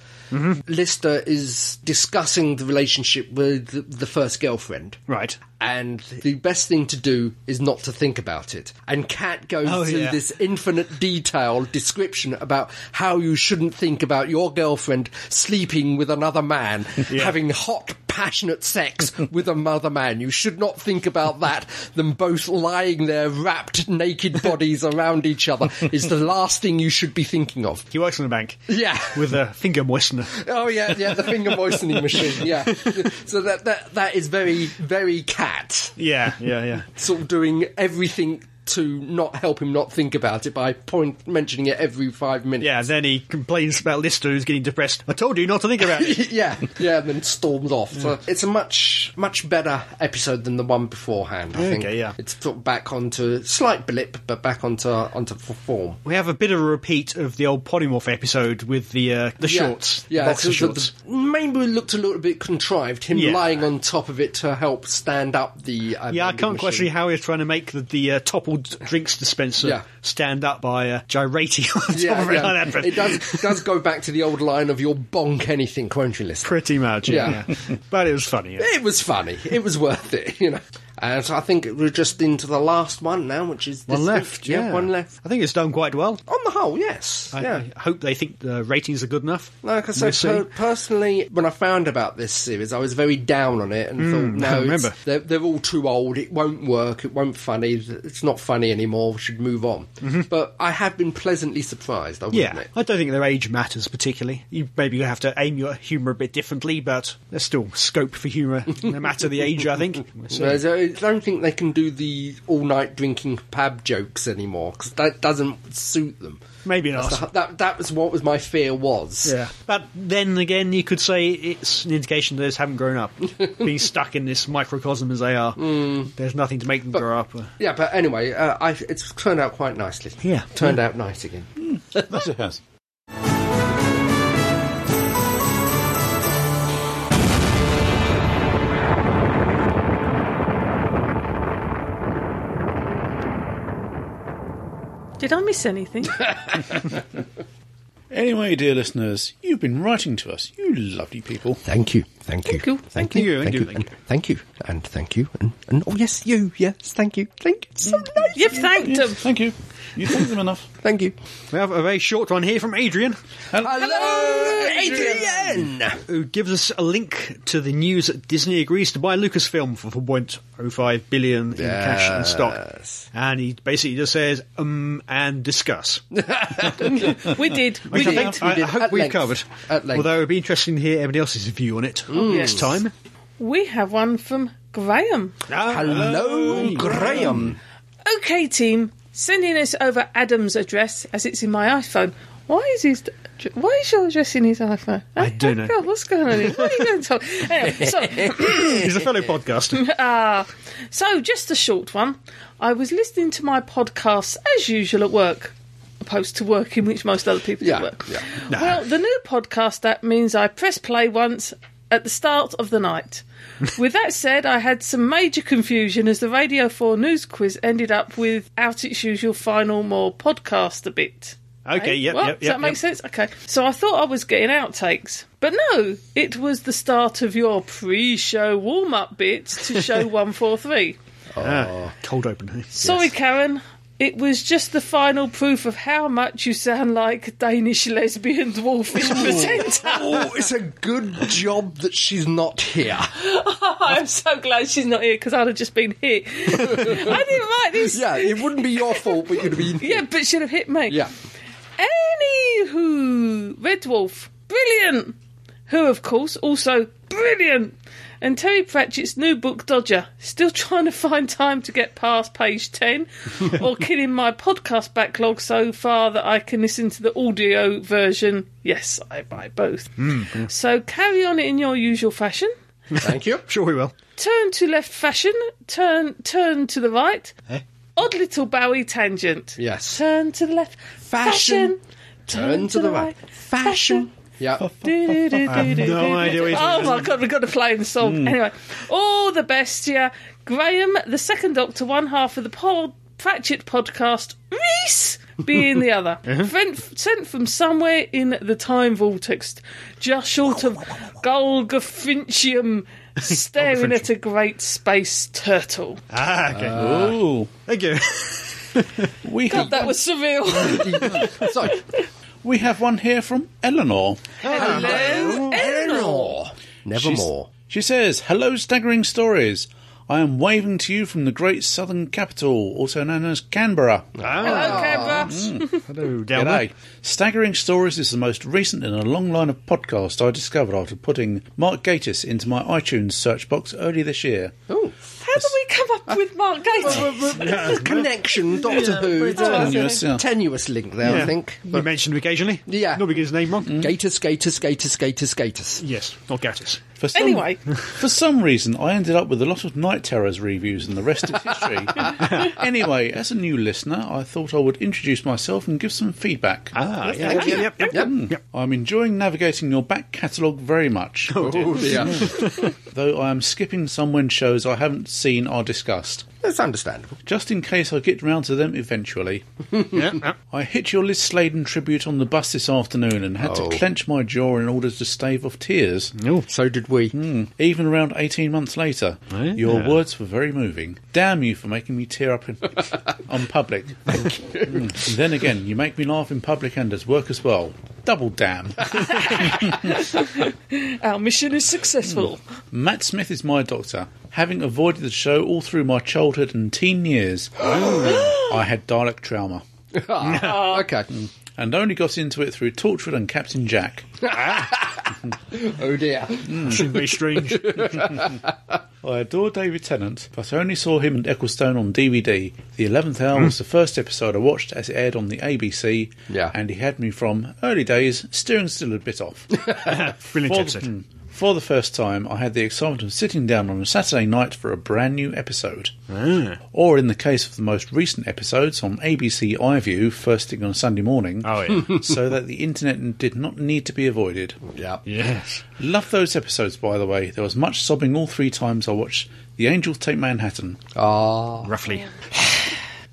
Speaker 5: Lister is discussing the relationship with the, the first girlfriend.
Speaker 6: Right.
Speaker 5: And the best thing to do is not to think about it. And Kat goes
Speaker 6: Oh,
Speaker 5: through
Speaker 6: yeah.
Speaker 5: this infinite detail description about how you shouldn't think about your girlfriend sleeping with another man, having hot, passionate sex with another man. You should not think about that than both lying there wrapped naked bodies around each other is the last thing you should be thinking of.
Speaker 6: He works in the bank.
Speaker 5: Yeah.
Speaker 6: With a finger moistener.
Speaker 5: Oh yeah, yeah, the finger moistening machine. Yeah, so that that that is very very cat.
Speaker 6: Yeah, yeah, yeah.
Speaker 5: sort of doing everything to not help him not think about it by point mentioning it every five minutes.
Speaker 6: Yeah, and then he complains about Lister who's getting depressed. I told you not to think about it.
Speaker 5: yeah, yeah, and then storms off. So it's a much, much better episode than the one beforehand. I think.
Speaker 6: Okay, yeah.
Speaker 5: it's sort of back onto slight blip, but back onto onto f- form.
Speaker 6: we have a bit of a repeat of the old polymorph episode with the uh, the
Speaker 5: Yeah,
Speaker 6: shorts,
Speaker 5: yeah.
Speaker 6: boxer
Speaker 5: so the- the-
Speaker 6: shorts.
Speaker 5: maybe it looked a little bit contrived. Him
Speaker 6: Yeah.
Speaker 5: lying on top of it to help stand up the. Uh,
Speaker 6: yeah, I
Speaker 5: vending
Speaker 6: can't quite
Speaker 5: machine.
Speaker 6: see how he's trying to make the, the uh, toppled drinks dispenser
Speaker 5: Yeah.
Speaker 6: stand up by uh, gyrating on top
Speaker 5: Yeah,
Speaker 6: of it
Speaker 5: yeah.
Speaker 6: like that. But
Speaker 5: it does does go back to the old line of "You'll bonk anything, won't you, Lister?"
Speaker 6: pretty much. Yeah,
Speaker 5: Yeah.
Speaker 6: yeah. but it was funny. Yeah.
Speaker 5: It was funny. It was worth it, you know. And so I think we're just into the last one now, which is this
Speaker 6: One left.
Speaker 5: week.
Speaker 6: Yeah.
Speaker 5: one left.
Speaker 6: I think it's done quite well.
Speaker 5: On the whole, yes.
Speaker 6: I,
Speaker 5: yeah.
Speaker 6: I hope they think the ratings are good enough.
Speaker 5: Like I
Speaker 6: We'll
Speaker 5: said,
Speaker 6: see.
Speaker 5: per- personally, when I found about this series, I was very down on it and thought, no,
Speaker 6: Hmm, I
Speaker 5: it's-
Speaker 6: remember.
Speaker 5: They're, they're all too old. It won't work. It won't funny. It's not funny anymore. We should move on. But I have been pleasantly surprised, I will
Speaker 6: Mm-hmm. yeah,
Speaker 5: admit.
Speaker 6: I don't think their age matters particularly. You maybe have to aim your humour a bit differently, but there's still scope for humour no matter the age. I think. So-
Speaker 5: Whereas I don't think they can do the all-night drinking pub jokes anymore because that doesn't suit them.
Speaker 6: Maybe not.
Speaker 5: That's the- that that was what was my fear was.
Speaker 6: Yeah. But then again, you could say it's an indication those haven't grown up. Being stuck in this microcosm as they are, there's nothing to make them grow up.
Speaker 5: Yeah, but anyway, uh, I, it's turned out quite nicely.
Speaker 6: Yeah.
Speaker 5: turned out nice again.
Speaker 8: Yes, it has.
Speaker 2: Did I miss anything?
Speaker 4: Anyway, dear listeners, you've been writing to us, you lovely people.
Speaker 5: Thank you, thank you,
Speaker 2: Thank you.
Speaker 5: thank
Speaker 6: you,
Speaker 5: thank you, and thank you, and thank you, and, and oh yes, you, yes, thank you, thank you,
Speaker 6: Mm.
Speaker 5: so nice,
Speaker 2: You've thanked
Speaker 4: Yes,
Speaker 2: them.
Speaker 4: thank you. You thank them enough.
Speaker 5: thank you.
Speaker 6: We have a very short one here from Adrian,
Speaker 5: Hello, Adrian.
Speaker 6: who gives us a link to the news that Disney agrees to buy Lucasfilm for 4.05 billion in cash and
Speaker 5: Yes.
Speaker 6: stock. And he basically just says, um, and discuss.
Speaker 2: We did. We
Speaker 6: Which I,
Speaker 2: did.
Speaker 6: think, I, I
Speaker 5: did.
Speaker 6: hope
Speaker 5: At
Speaker 6: we've
Speaker 5: length.
Speaker 6: covered.
Speaker 5: At length.
Speaker 6: Although it would be interesting to hear everybody else's view on it next time.
Speaker 2: We have one from Graham.
Speaker 5: Hello, Graham.
Speaker 2: Okay, team, sending this over Adam's address as it's in my iPhone. Why is his? Why is your address in his iPhone? Oh,
Speaker 6: I don't know.
Speaker 2: God, what's going on? Here? What are you going to tell? Anyway, so,
Speaker 6: He's a fellow podcaster.
Speaker 2: Ah, so just a short one. I was listening to my podcasts as usual at work, opposed to work in which most other people do
Speaker 5: Yeah,
Speaker 2: work.
Speaker 5: yeah.
Speaker 2: Well, the new podcast app means I press play once at the start of the night. with that said, I had some major confusion as the Radio 4 news quiz ended up without its usual final more podcast a bit.
Speaker 6: Okay,
Speaker 2: Eh?
Speaker 6: yep,
Speaker 2: What?
Speaker 6: yep,
Speaker 2: Does
Speaker 6: yep,
Speaker 2: that make
Speaker 6: yep.
Speaker 2: sense? Okay. So I thought I was getting outtakes, but no, it was the start of your pre-show warm-up bit to show one four three.
Speaker 6: Ah, cold open.
Speaker 2: Sorry, Karen. It was just the final proof of how much you sound like a Danish lesbian dwarfish presenter.
Speaker 5: Oh, it's a good job that she's not here.
Speaker 2: I'm so glad she's not here because I'd have just been hit. I didn't write this.
Speaker 5: Yeah, it wouldn't be your fault, but you'd have been.
Speaker 2: Yeah, but she'd have hit me.
Speaker 5: yeah.
Speaker 2: Anywho, Red Dwarf, brilliant. Who, of course, also brilliant. And Terry Pratchett's new book, Dodger, still trying to find time to get past page 10 or killing my podcast backlog so far that I can listen to the audio version. Yes, I buy both. So carry on in your usual fashion.
Speaker 5: Thank you.
Speaker 6: Sure we will.
Speaker 2: Turn to left fashion, turn turn to the right. Odd little Bowie tangent.
Speaker 5: Yes.
Speaker 2: Turn to the left.
Speaker 5: Fashion.
Speaker 2: Turn to the right.
Speaker 5: Fashion. Yeah.
Speaker 6: no
Speaker 2: no
Speaker 6: idea what he's Hmm.
Speaker 2: Oh my god, we've got to play the song. Anyway, all the best here. Graham, the second Doctor, one half of the pod, Pratchett podcast, Reese being the other.
Speaker 6: Uh-huh.
Speaker 2: Friend, sent from somewhere in the time vortex, just short of Golgofinchium, staring at a great space turtle.
Speaker 6: Ah, okay.
Speaker 5: Uh,
Speaker 4: Ooh.
Speaker 6: Thank you.
Speaker 4: We
Speaker 2: God,
Speaker 4: have,
Speaker 2: that was surreal.
Speaker 5: Sorry.
Speaker 4: we have one here from Eleanor.
Speaker 2: Hello, Eleanor.
Speaker 5: Nevermore.
Speaker 4: She says, Hello, staggering stories. I am waving to you from the great southern capital, also known as Canberra.
Speaker 2: Hello, Canberra.
Speaker 6: Hello, Ah, down there.
Speaker 4: G'day. Staggering Stories is the most recent in a long line of podcasts I discovered after putting Mark Gatiss into my iTunes search box early this year.
Speaker 5: Oh,
Speaker 2: How do we come up with Mark Gates?
Speaker 6: Uh,
Speaker 5: Connection, Doctor Who.
Speaker 2: Oh,
Speaker 4: Tenuous, yeah.
Speaker 5: Tenuous link there, I think.
Speaker 6: We mentioned him occasionally.
Speaker 5: Yeah.
Speaker 6: Not because his name wrong.
Speaker 5: Gatus, Gatus, Gatus, Gatus, Gatus.
Speaker 6: Yes, not Gatus.
Speaker 4: For some,
Speaker 2: Anyway,
Speaker 4: For some reason, I ended up with a lot of Night Terrors reviews, and the rest is history. anyway, as a new listener, I thought I would introduce myself and give some feedback.
Speaker 6: Ah, yeah. Yep, yep, yep,
Speaker 5: Yep.
Speaker 4: Hmm. I'm enjoying navigating your back catalogue very much.
Speaker 5: Oh, dear.
Speaker 4: Though I am skipping some when shows I haven't seen are discussed,
Speaker 5: That's understandable.
Speaker 4: just in case I get round to them eventually.
Speaker 6: yep, yep.
Speaker 4: I hit your Liz Sladen tribute on the bus this afternoon and had
Speaker 5: Oh.
Speaker 4: to clench my jaw in order to stave off tears.
Speaker 5: So did we.
Speaker 4: Even around 18 months later,
Speaker 6: Yeah.
Speaker 4: your words were very moving. Damn you for making me tear up in, on public. Mm. And then again, you make me laugh in public and as work as well. Double damn.
Speaker 2: our mission is successful.
Speaker 4: Matt Smith is my doctor. Having avoided the show all through my childhood and teen years, I had Dalek trauma
Speaker 5: Ah, okay.
Speaker 4: and only got into it through Torchwood and Captain Jack.
Speaker 5: Oh dear.
Speaker 6: Shouldn't be strange.
Speaker 4: I adore David Tennant, but I only saw him and Ecclestone on DVD. The Eleventh Hour was the first episode I watched as it aired on the ABC,
Speaker 5: Yeah.
Speaker 4: and he had me from early days steering still a bit off.
Speaker 6: Brilliant
Speaker 4: For-
Speaker 6: episode.
Speaker 4: mm. For the first time, I had the excitement of sitting down on a Saturday night for a brand new episode.
Speaker 6: Mm.
Speaker 4: Or, in the case of the most recent episodes, on ABC iView, first thing on Sunday morning,
Speaker 6: Oh, yeah.
Speaker 4: so that the internet did not need to be avoided.
Speaker 5: Yeah.
Speaker 6: yes.
Speaker 4: Love those episodes, by the way. There was much sobbing all three times I watched The Angels Take Manhattan.
Speaker 5: Ah.
Speaker 6: Roughly.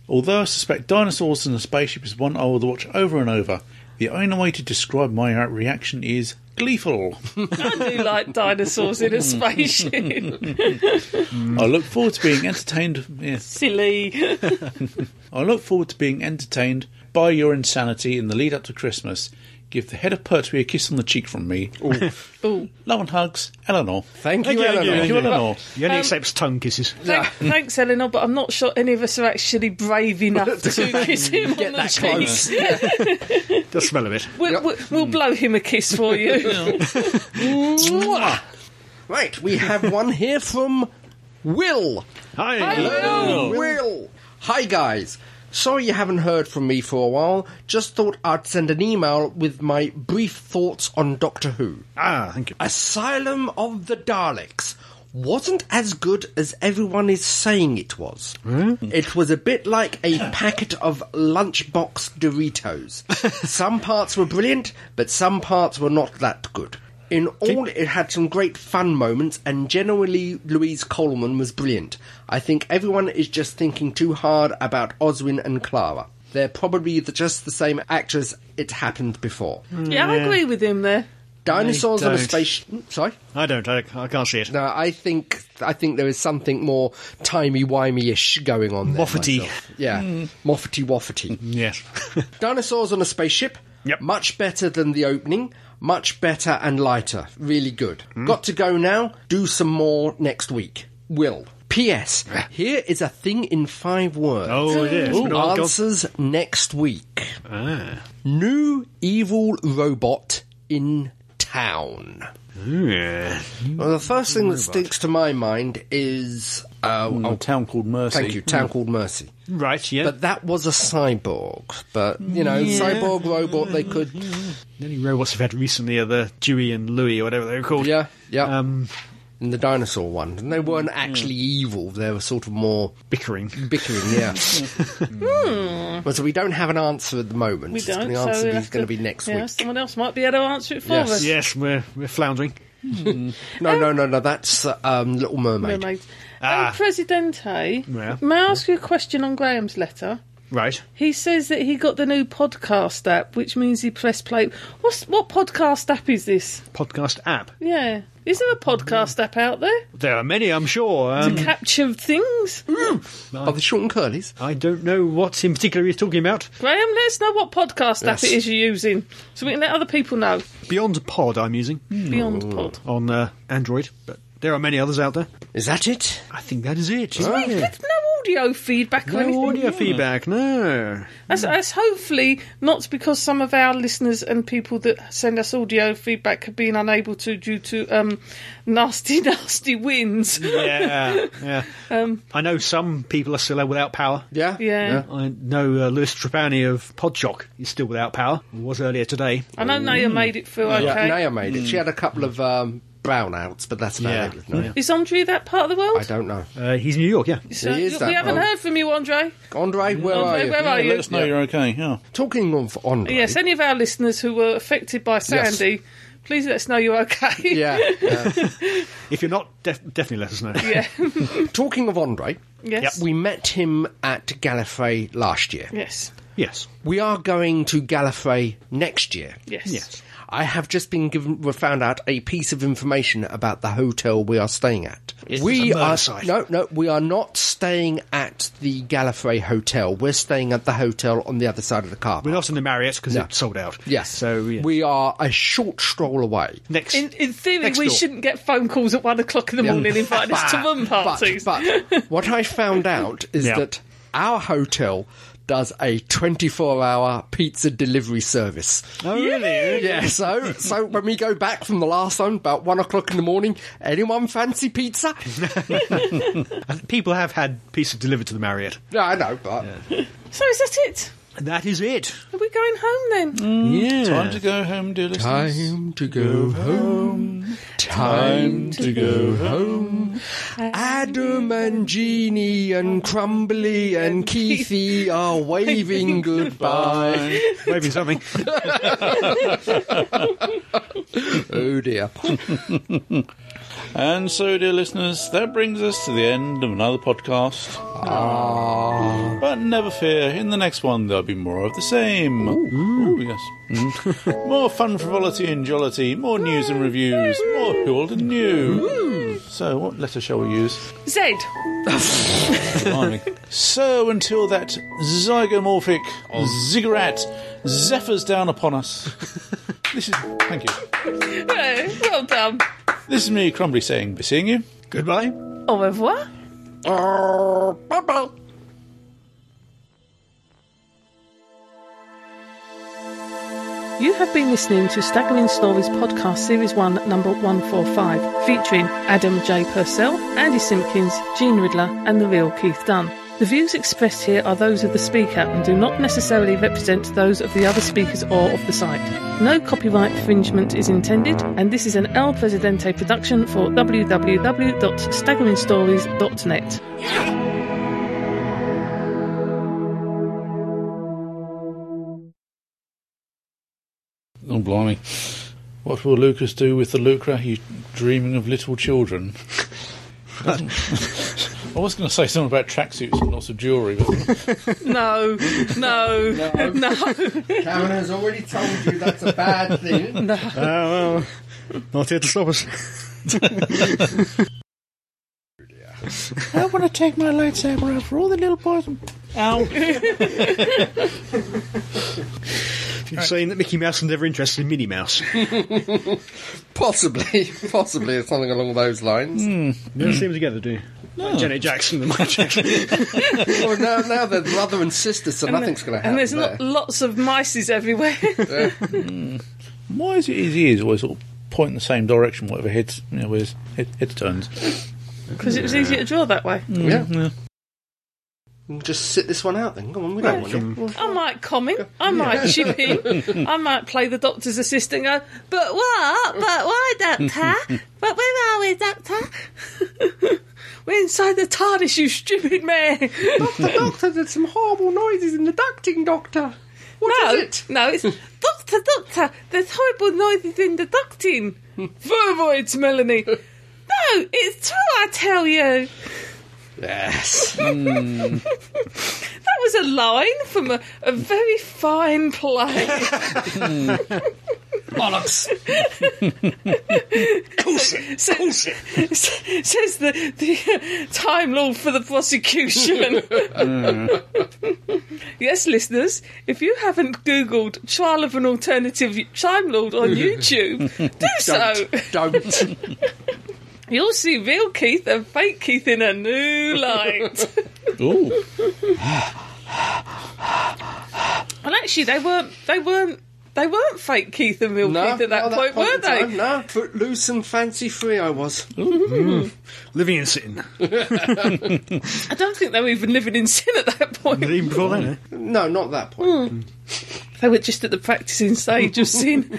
Speaker 4: Although I suspect Dinosaurs and a Spaceship is one I will watch over and over, the only way to describe my reaction is gleeful.
Speaker 2: I do like dinosaurs
Speaker 5: Hmm.
Speaker 2: in a spaceship.
Speaker 4: I look forward to being entertained. Yes,
Speaker 2: Silly.
Speaker 4: I look forward to being entertained by your insanity in the lead up to Christmas. Give the head of Pertwee a kiss on the cheek from me.
Speaker 2: Ooh.
Speaker 4: Love and hugs, Eleanor.
Speaker 5: Thank you,
Speaker 6: you, thank
Speaker 5: Eleanor.
Speaker 4: Thank you, Eleanor.
Speaker 6: He only accepts tongue kisses.
Speaker 2: Thank, Thanks, Eleanor, but I'm not sure any of us are actually brave enough to kiss him on
Speaker 5: Get
Speaker 2: the
Speaker 5: that
Speaker 2: cheeks.
Speaker 5: close. Hmm.
Speaker 6: Does smell a bit.
Speaker 2: We'll,
Speaker 5: Yep.
Speaker 2: we'll, we'll blow him a kiss for you.
Speaker 5: Mwah. Right, we have one here from Will.
Speaker 6: Hi.
Speaker 5: Hello, Will. Hi, guys. Sorry you haven't heard from me for a while. Just thought I'd send an email with my brief thoughts on Doctor Who.
Speaker 6: Ah, thank you.
Speaker 5: Asylum of the Daleks wasn't as good as everyone is saying it was. It was a bit like a packet of lunchbox Doritos. some parts were brilliant, but some parts were not that good. In all, it had some great fun moments, and generally, Louise Coleman was brilliant. I think everyone is just thinking too hard about Oswin and Clara. They're probably the, just the same actors it happened before.
Speaker 2: yeah, I agree with him there.
Speaker 5: Dinosaurs on a
Speaker 6: don't.
Speaker 5: space. mm, Sorry?
Speaker 6: I don't. I, I can't see it.
Speaker 5: No, I think I think there is something more timey wimey ish going on there.
Speaker 6: Woffety.
Speaker 5: myself. yeah,
Speaker 6: Hmm.
Speaker 5: Moffety Woffety.
Speaker 6: Yes.
Speaker 5: Dinosaurs on a spaceship.
Speaker 6: Yep.
Speaker 5: Much better than the opening. Much better and lighter. Really good.
Speaker 6: Hmm.
Speaker 5: Got to go now. Do some more next week. Will. P.S. Here is a thing in five words.
Speaker 6: oh, it is. Been a while gone.
Speaker 5: Answers next week.
Speaker 6: Ah.
Speaker 5: New evil robot in town.
Speaker 6: Yeah.
Speaker 5: Well, the first thing that sticks to my mind is uh,
Speaker 4: From
Speaker 5: oh,
Speaker 4: a
Speaker 2: Mm,
Speaker 4: town called Mercy.
Speaker 5: Thank you. Town called Mercy.
Speaker 6: Right, yeah.
Speaker 5: But that was a cyborg. But, you know, cyborg robot, they could.
Speaker 6: the only robots we've had recently are the Dewey and Louie, or whatever they were called.
Speaker 5: Yeah, yeah.
Speaker 6: Um,
Speaker 5: and the dinosaur one. And they weren't actually evil. They were sort of more
Speaker 6: bickering.
Speaker 5: bickering, yeah. Hmm. Well, so we don't have an answer at the moment.
Speaker 2: Hmm. We don't.
Speaker 5: The
Speaker 2: so
Speaker 5: answer
Speaker 2: we'll
Speaker 5: is
Speaker 2: have
Speaker 5: going to be next
Speaker 2: yeah,
Speaker 5: week.
Speaker 2: Someone else might be able to answer it for
Speaker 5: Yes.
Speaker 2: us.
Speaker 6: Yes, we're, we're floundering.
Speaker 5: No, no, no, no. That's uh, um, Little Mermaid.
Speaker 2: Mermaid.
Speaker 6: Ah.
Speaker 2: El Um, Presidente,
Speaker 6: Yeah.
Speaker 2: may I ask you a question on Graham's letter?
Speaker 6: Right.
Speaker 2: He says that he got the new podcast app, which means he pressed play. What's what podcast app is this?
Speaker 6: Podcast app.
Speaker 2: Yeah, is there a podcast app out there
Speaker 6: There are many, I'm sure.
Speaker 2: to
Speaker 6: Um,
Speaker 2: capture things?
Speaker 5: Are the short and curlies?
Speaker 6: I don't know what in particular he's talking about.
Speaker 2: Graham, let us um, know what podcast app
Speaker 5: Yes.
Speaker 2: it is you're using, so we can let other people know.
Speaker 6: Beyond Pod, I'm using
Speaker 2: Beyond Pod.
Speaker 6: on uh, Android, but there are many others out there.
Speaker 5: Is that it?
Speaker 6: I think that is it.
Speaker 2: We've no audio feedback or anything.
Speaker 6: No audio feedback, no.
Speaker 2: That's, that's hopefully not because some of our listeners and people that send us audio feedback have been unable to due to um, nasty, nasty winds.
Speaker 6: Yeah, yeah. I know some people are still without power.
Speaker 5: Yeah?
Speaker 2: Yeah.
Speaker 6: I know uh, Lewis Trapani of Podshock is still without power. Was earlier today.
Speaker 2: I know Naya made it feel
Speaker 5: Mm. Yeah,
Speaker 2: okay. Hmm.
Speaker 5: Naya made it. She had a couple of um, brownouts, but that's about
Speaker 6: Yeah.
Speaker 5: it with Naya.
Speaker 2: Is Andre that part of the world?
Speaker 5: I don't know.
Speaker 6: Uh, he's in New York, yeah.
Speaker 2: So,
Speaker 5: He is
Speaker 2: look,
Speaker 5: that
Speaker 2: we haven't
Speaker 5: part.
Speaker 2: heard from you, Andre.
Speaker 5: Andre, where are
Speaker 2: Andre,
Speaker 5: you?
Speaker 2: where are you?
Speaker 4: Let us know you're okay. Oh, Yeah.
Speaker 5: Talking of Andre.
Speaker 2: Yes, any of our listeners who were affected by
Speaker 5: Yes.
Speaker 2: Sandy, please let us know you're okay.
Speaker 5: Yeah. yeah.
Speaker 6: If you're not, def- definitely let us know.
Speaker 2: yeah.
Speaker 5: Talking of Andre,
Speaker 2: yes.
Speaker 5: we met him at Gallifrey last year.
Speaker 2: yes.
Speaker 6: Yes.
Speaker 5: We are going to Gallifrey next year.
Speaker 2: Yes.
Speaker 6: Yes.
Speaker 5: I have just been given, we found out a piece of information about the hotel we are staying at. we
Speaker 6: a murder
Speaker 5: are
Speaker 6: site.
Speaker 5: no, no, we are not staying at the Gallifrey Hotel. We're staying at the hotel on the other side of the car.
Speaker 6: We're
Speaker 5: park.
Speaker 6: not in the Marriott because
Speaker 5: No.
Speaker 6: it's sold out.
Speaker 5: Yes,
Speaker 6: So yeah.
Speaker 5: we are a short stroll away.
Speaker 6: next.
Speaker 2: In, in theory,
Speaker 6: Next
Speaker 2: we
Speaker 6: door.
Speaker 2: shouldn't get phone calls at one o'clock in the morning inviting us to room
Speaker 5: But,
Speaker 2: parties.
Speaker 5: but what I found out is
Speaker 6: Yeah.
Speaker 5: that our hotel does a 24-hour pizza delivery service.
Speaker 6: oh really?
Speaker 5: Yeah, so so when we go back from the last one, about one o'clock in the morning, anyone fancy pizza?
Speaker 6: Uh, People have had pieces delivered to the Marriott.
Speaker 5: No, I know, but
Speaker 2: so is that it?
Speaker 6: And that is it.
Speaker 2: Are we going home then?
Speaker 6: Yeah.
Speaker 4: Time to go home, dear listeners.
Speaker 5: time to go home. Time to go home. Adam and Jeannie and Crumbly and Keithy are waving goodbye.
Speaker 6: Maybe something.
Speaker 5: Oh dear.
Speaker 4: And so, dear listeners, that brings us to the end of another podcast. But never fear, in the next one there'll be more of the same. Ooh, yes. Mm. more fun, frivolity, and jollity, more news and reviews, more who old and new. So, what letter shall we use?
Speaker 2: Zed.
Speaker 4: Blimey. so until that zygomorphic ziggurat zephyrs down upon us. this is thank you.
Speaker 2: Hey, well done.
Speaker 4: This is me, Crumbly, saying be seeing you.
Speaker 6: Goodbye.
Speaker 2: Au revoir. You have been listening to Staggering Stories Podcast Series 1, number 145, featuring Adam J. Purcell, Andy Simpkins, Gene Riddler, and the real Keith Dunn. The views expressed here are those of the speaker and do not necessarily represent those of the other speakers or of the site. No copyright infringement is intended, and this is an El Presidente production for www.staggeringstories.net.
Speaker 4: Oh blimey! What will Lucas do with the lucre? He's dreaming of little children. I was going to say something about tracksuits and lots of jewellery, but
Speaker 2: No, no, no.
Speaker 5: Karen has already told you that's a bad thing.
Speaker 6: Oh, well, not here to stop us.
Speaker 4: I want to take my lightsaber out for all the little boys.
Speaker 6: You're saying that Mickey Mouse is never interested in Minnie Mouse.
Speaker 5: Possibly, possibly it's something along those lines.
Speaker 2: Hmm.
Speaker 6: never seem together, do you? Hmm. Janet Jackson and Michael Jackson.
Speaker 5: Well, now, now they're brother and sister, so nothing's going to happen.
Speaker 2: And there's
Speaker 5: there.
Speaker 2: not lots of mices everywhere.
Speaker 4: Why is it his ears always sort of point in the same direction, whatever heads, you know, where his head, head turns?
Speaker 2: Because it was easier to draw that way.
Speaker 5: Yeah. Just sit this one out then. Come on, we don't want you.
Speaker 2: I might comment. I might chip in. I might play the doctor's assistant. and Go, but what? But why, doctor? but where are we, doctor? We're inside the TARDIS, you stupid man.
Speaker 5: The doctor did some horrible noises in the ducting, doctor.
Speaker 2: no,
Speaker 5: What is it?
Speaker 2: no, it's doctor, doctor. There's horrible noises in the ducting. Vervoids, Melanie. No, it's true. I tell you.
Speaker 5: Yes. Hmm.
Speaker 2: That was a line from a, a very fine play. Bollocks. Says the, the uh, Time Lord for the prosecution. yes, listeners, if you haven't Googled Trial of an Alternative Time Lord on YouTube, do so.
Speaker 5: Don't.
Speaker 2: You'll see real Keith and fake Keith in a new light.
Speaker 4: Ooh.
Speaker 2: And actually, they weren't. They weren't. They weren't fake Keith and real Keith at that
Speaker 5: not
Speaker 2: point, were
Speaker 5: Oh, in
Speaker 2: they?
Speaker 5: time, No, footloose and fancy free I was.
Speaker 6: Living in sin.
Speaker 2: I don't think they were even living in sin at that point.
Speaker 6: Even before then, eh?
Speaker 5: No, not that
Speaker 2: Hmm.
Speaker 5: point.
Speaker 2: They were just at the practicing stage of sin.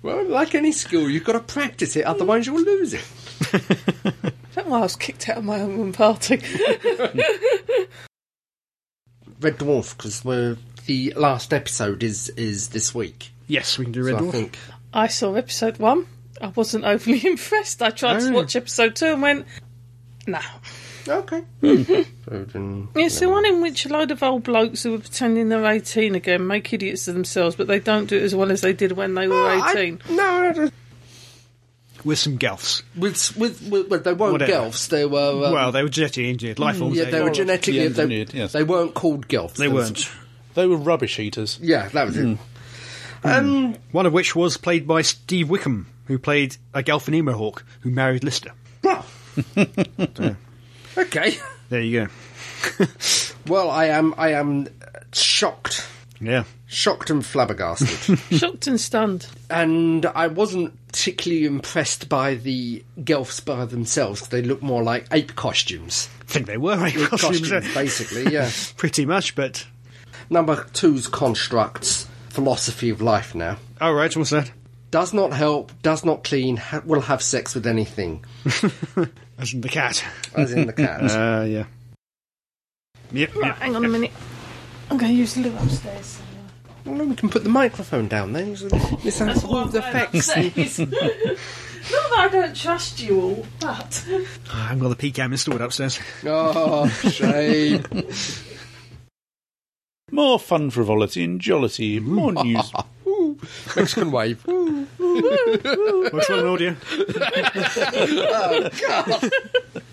Speaker 5: Well, like any skill, you've got to practice it, otherwise you'll lose it.
Speaker 2: That's why I was kicked out of my own party.
Speaker 5: Red Dwarf, because the last episode is is this week.
Speaker 6: Yes, we can do
Speaker 5: So
Speaker 6: Red
Speaker 5: I
Speaker 6: Dwarf.
Speaker 5: think
Speaker 2: I saw episode one. I wasn't overly impressed. I tried to
Speaker 6: Oh.
Speaker 2: watch episode two and went, no.
Speaker 5: okay. so then,
Speaker 2: It's the one in which a load of old blokes who were pretending they're 18 again make idiots of themselves, but they don't do it as well as they did when they were 18.
Speaker 5: I, no, I don't-
Speaker 6: With some gelfs.
Speaker 5: with with, with well, they weren't
Speaker 6: Whatever.
Speaker 5: Gelfs. They were um,
Speaker 6: well, they were genetically engineered. Life forms.
Speaker 5: yeah, they were genetically
Speaker 4: Yeah,
Speaker 5: they,
Speaker 4: indeed, yes.
Speaker 5: they weren't called Gelfs.
Speaker 6: They
Speaker 5: There was-
Speaker 6: weren't.
Speaker 4: They were rubbish eaters.
Speaker 5: Yeah, that was it. Um,
Speaker 6: One of which was played by Steve Wickham, who played a Gelf and Emo Hawk, who married Lister.
Speaker 5: well, okay.
Speaker 6: There you go.
Speaker 5: Well, I am I am shocked,
Speaker 6: Yeah.
Speaker 5: shocked and flabbergasted.
Speaker 2: Shocked and stunned.
Speaker 5: and I wasn't particularly impressed by the Gelfs by themselves. They look more like ape costumes.
Speaker 6: I think they were right?
Speaker 5: Costumes, basically, yeah.
Speaker 6: Pretty much, but.
Speaker 5: Number two's constructs, philosophy of life now.
Speaker 6: Alright, oh, what's that?
Speaker 5: Does not help, does not clean, ha- will have sex with anything.
Speaker 6: As in the cat.
Speaker 5: As in the cat.
Speaker 6: Uh, yeah. Yep,
Speaker 2: Right,
Speaker 6: yep.
Speaker 2: hang on a minute. I'm going to use the loo upstairs.
Speaker 5: well, then we can put the microphone down then. so This has all the effects.
Speaker 2: Not that I don't trust you all, but
Speaker 6: I haven't got the PCAM installed upstairs.
Speaker 5: Oh, shame.
Speaker 4: More fun, frivolity, and jollity. More news.
Speaker 5: Ooh, Mexican wave. Ooh.
Speaker 6: What's wrong with audio?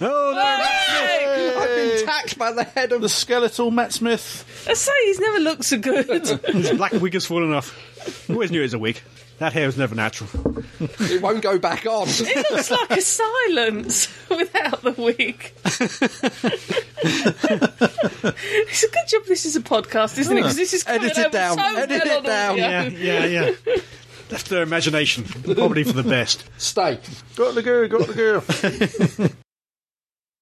Speaker 6: oh, God!
Speaker 5: I've been tacked by the head of
Speaker 4: the skeletal Matt Smith.
Speaker 2: I say he's never looked so good.
Speaker 6: no! His black wig has fallen off. Always knew it was a wig. That hair was never natural.
Speaker 5: it won't go back on.
Speaker 2: It looks like a silence without the wig. it's a good job this is a podcast, isn't it? Because this is coming
Speaker 5: Edit it
Speaker 2: over
Speaker 5: down.
Speaker 2: so
Speaker 5: Edit
Speaker 2: well
Speaker 5: it
Speaker 2: on
Speaker 5: down.
Speaker 2: audio.
Speaker 6: Yeah, yeah, yeah. Left to their imagination. Probably for the best.
Speaker 5: Stay.
Speaker 4: Got the girl, got the girl.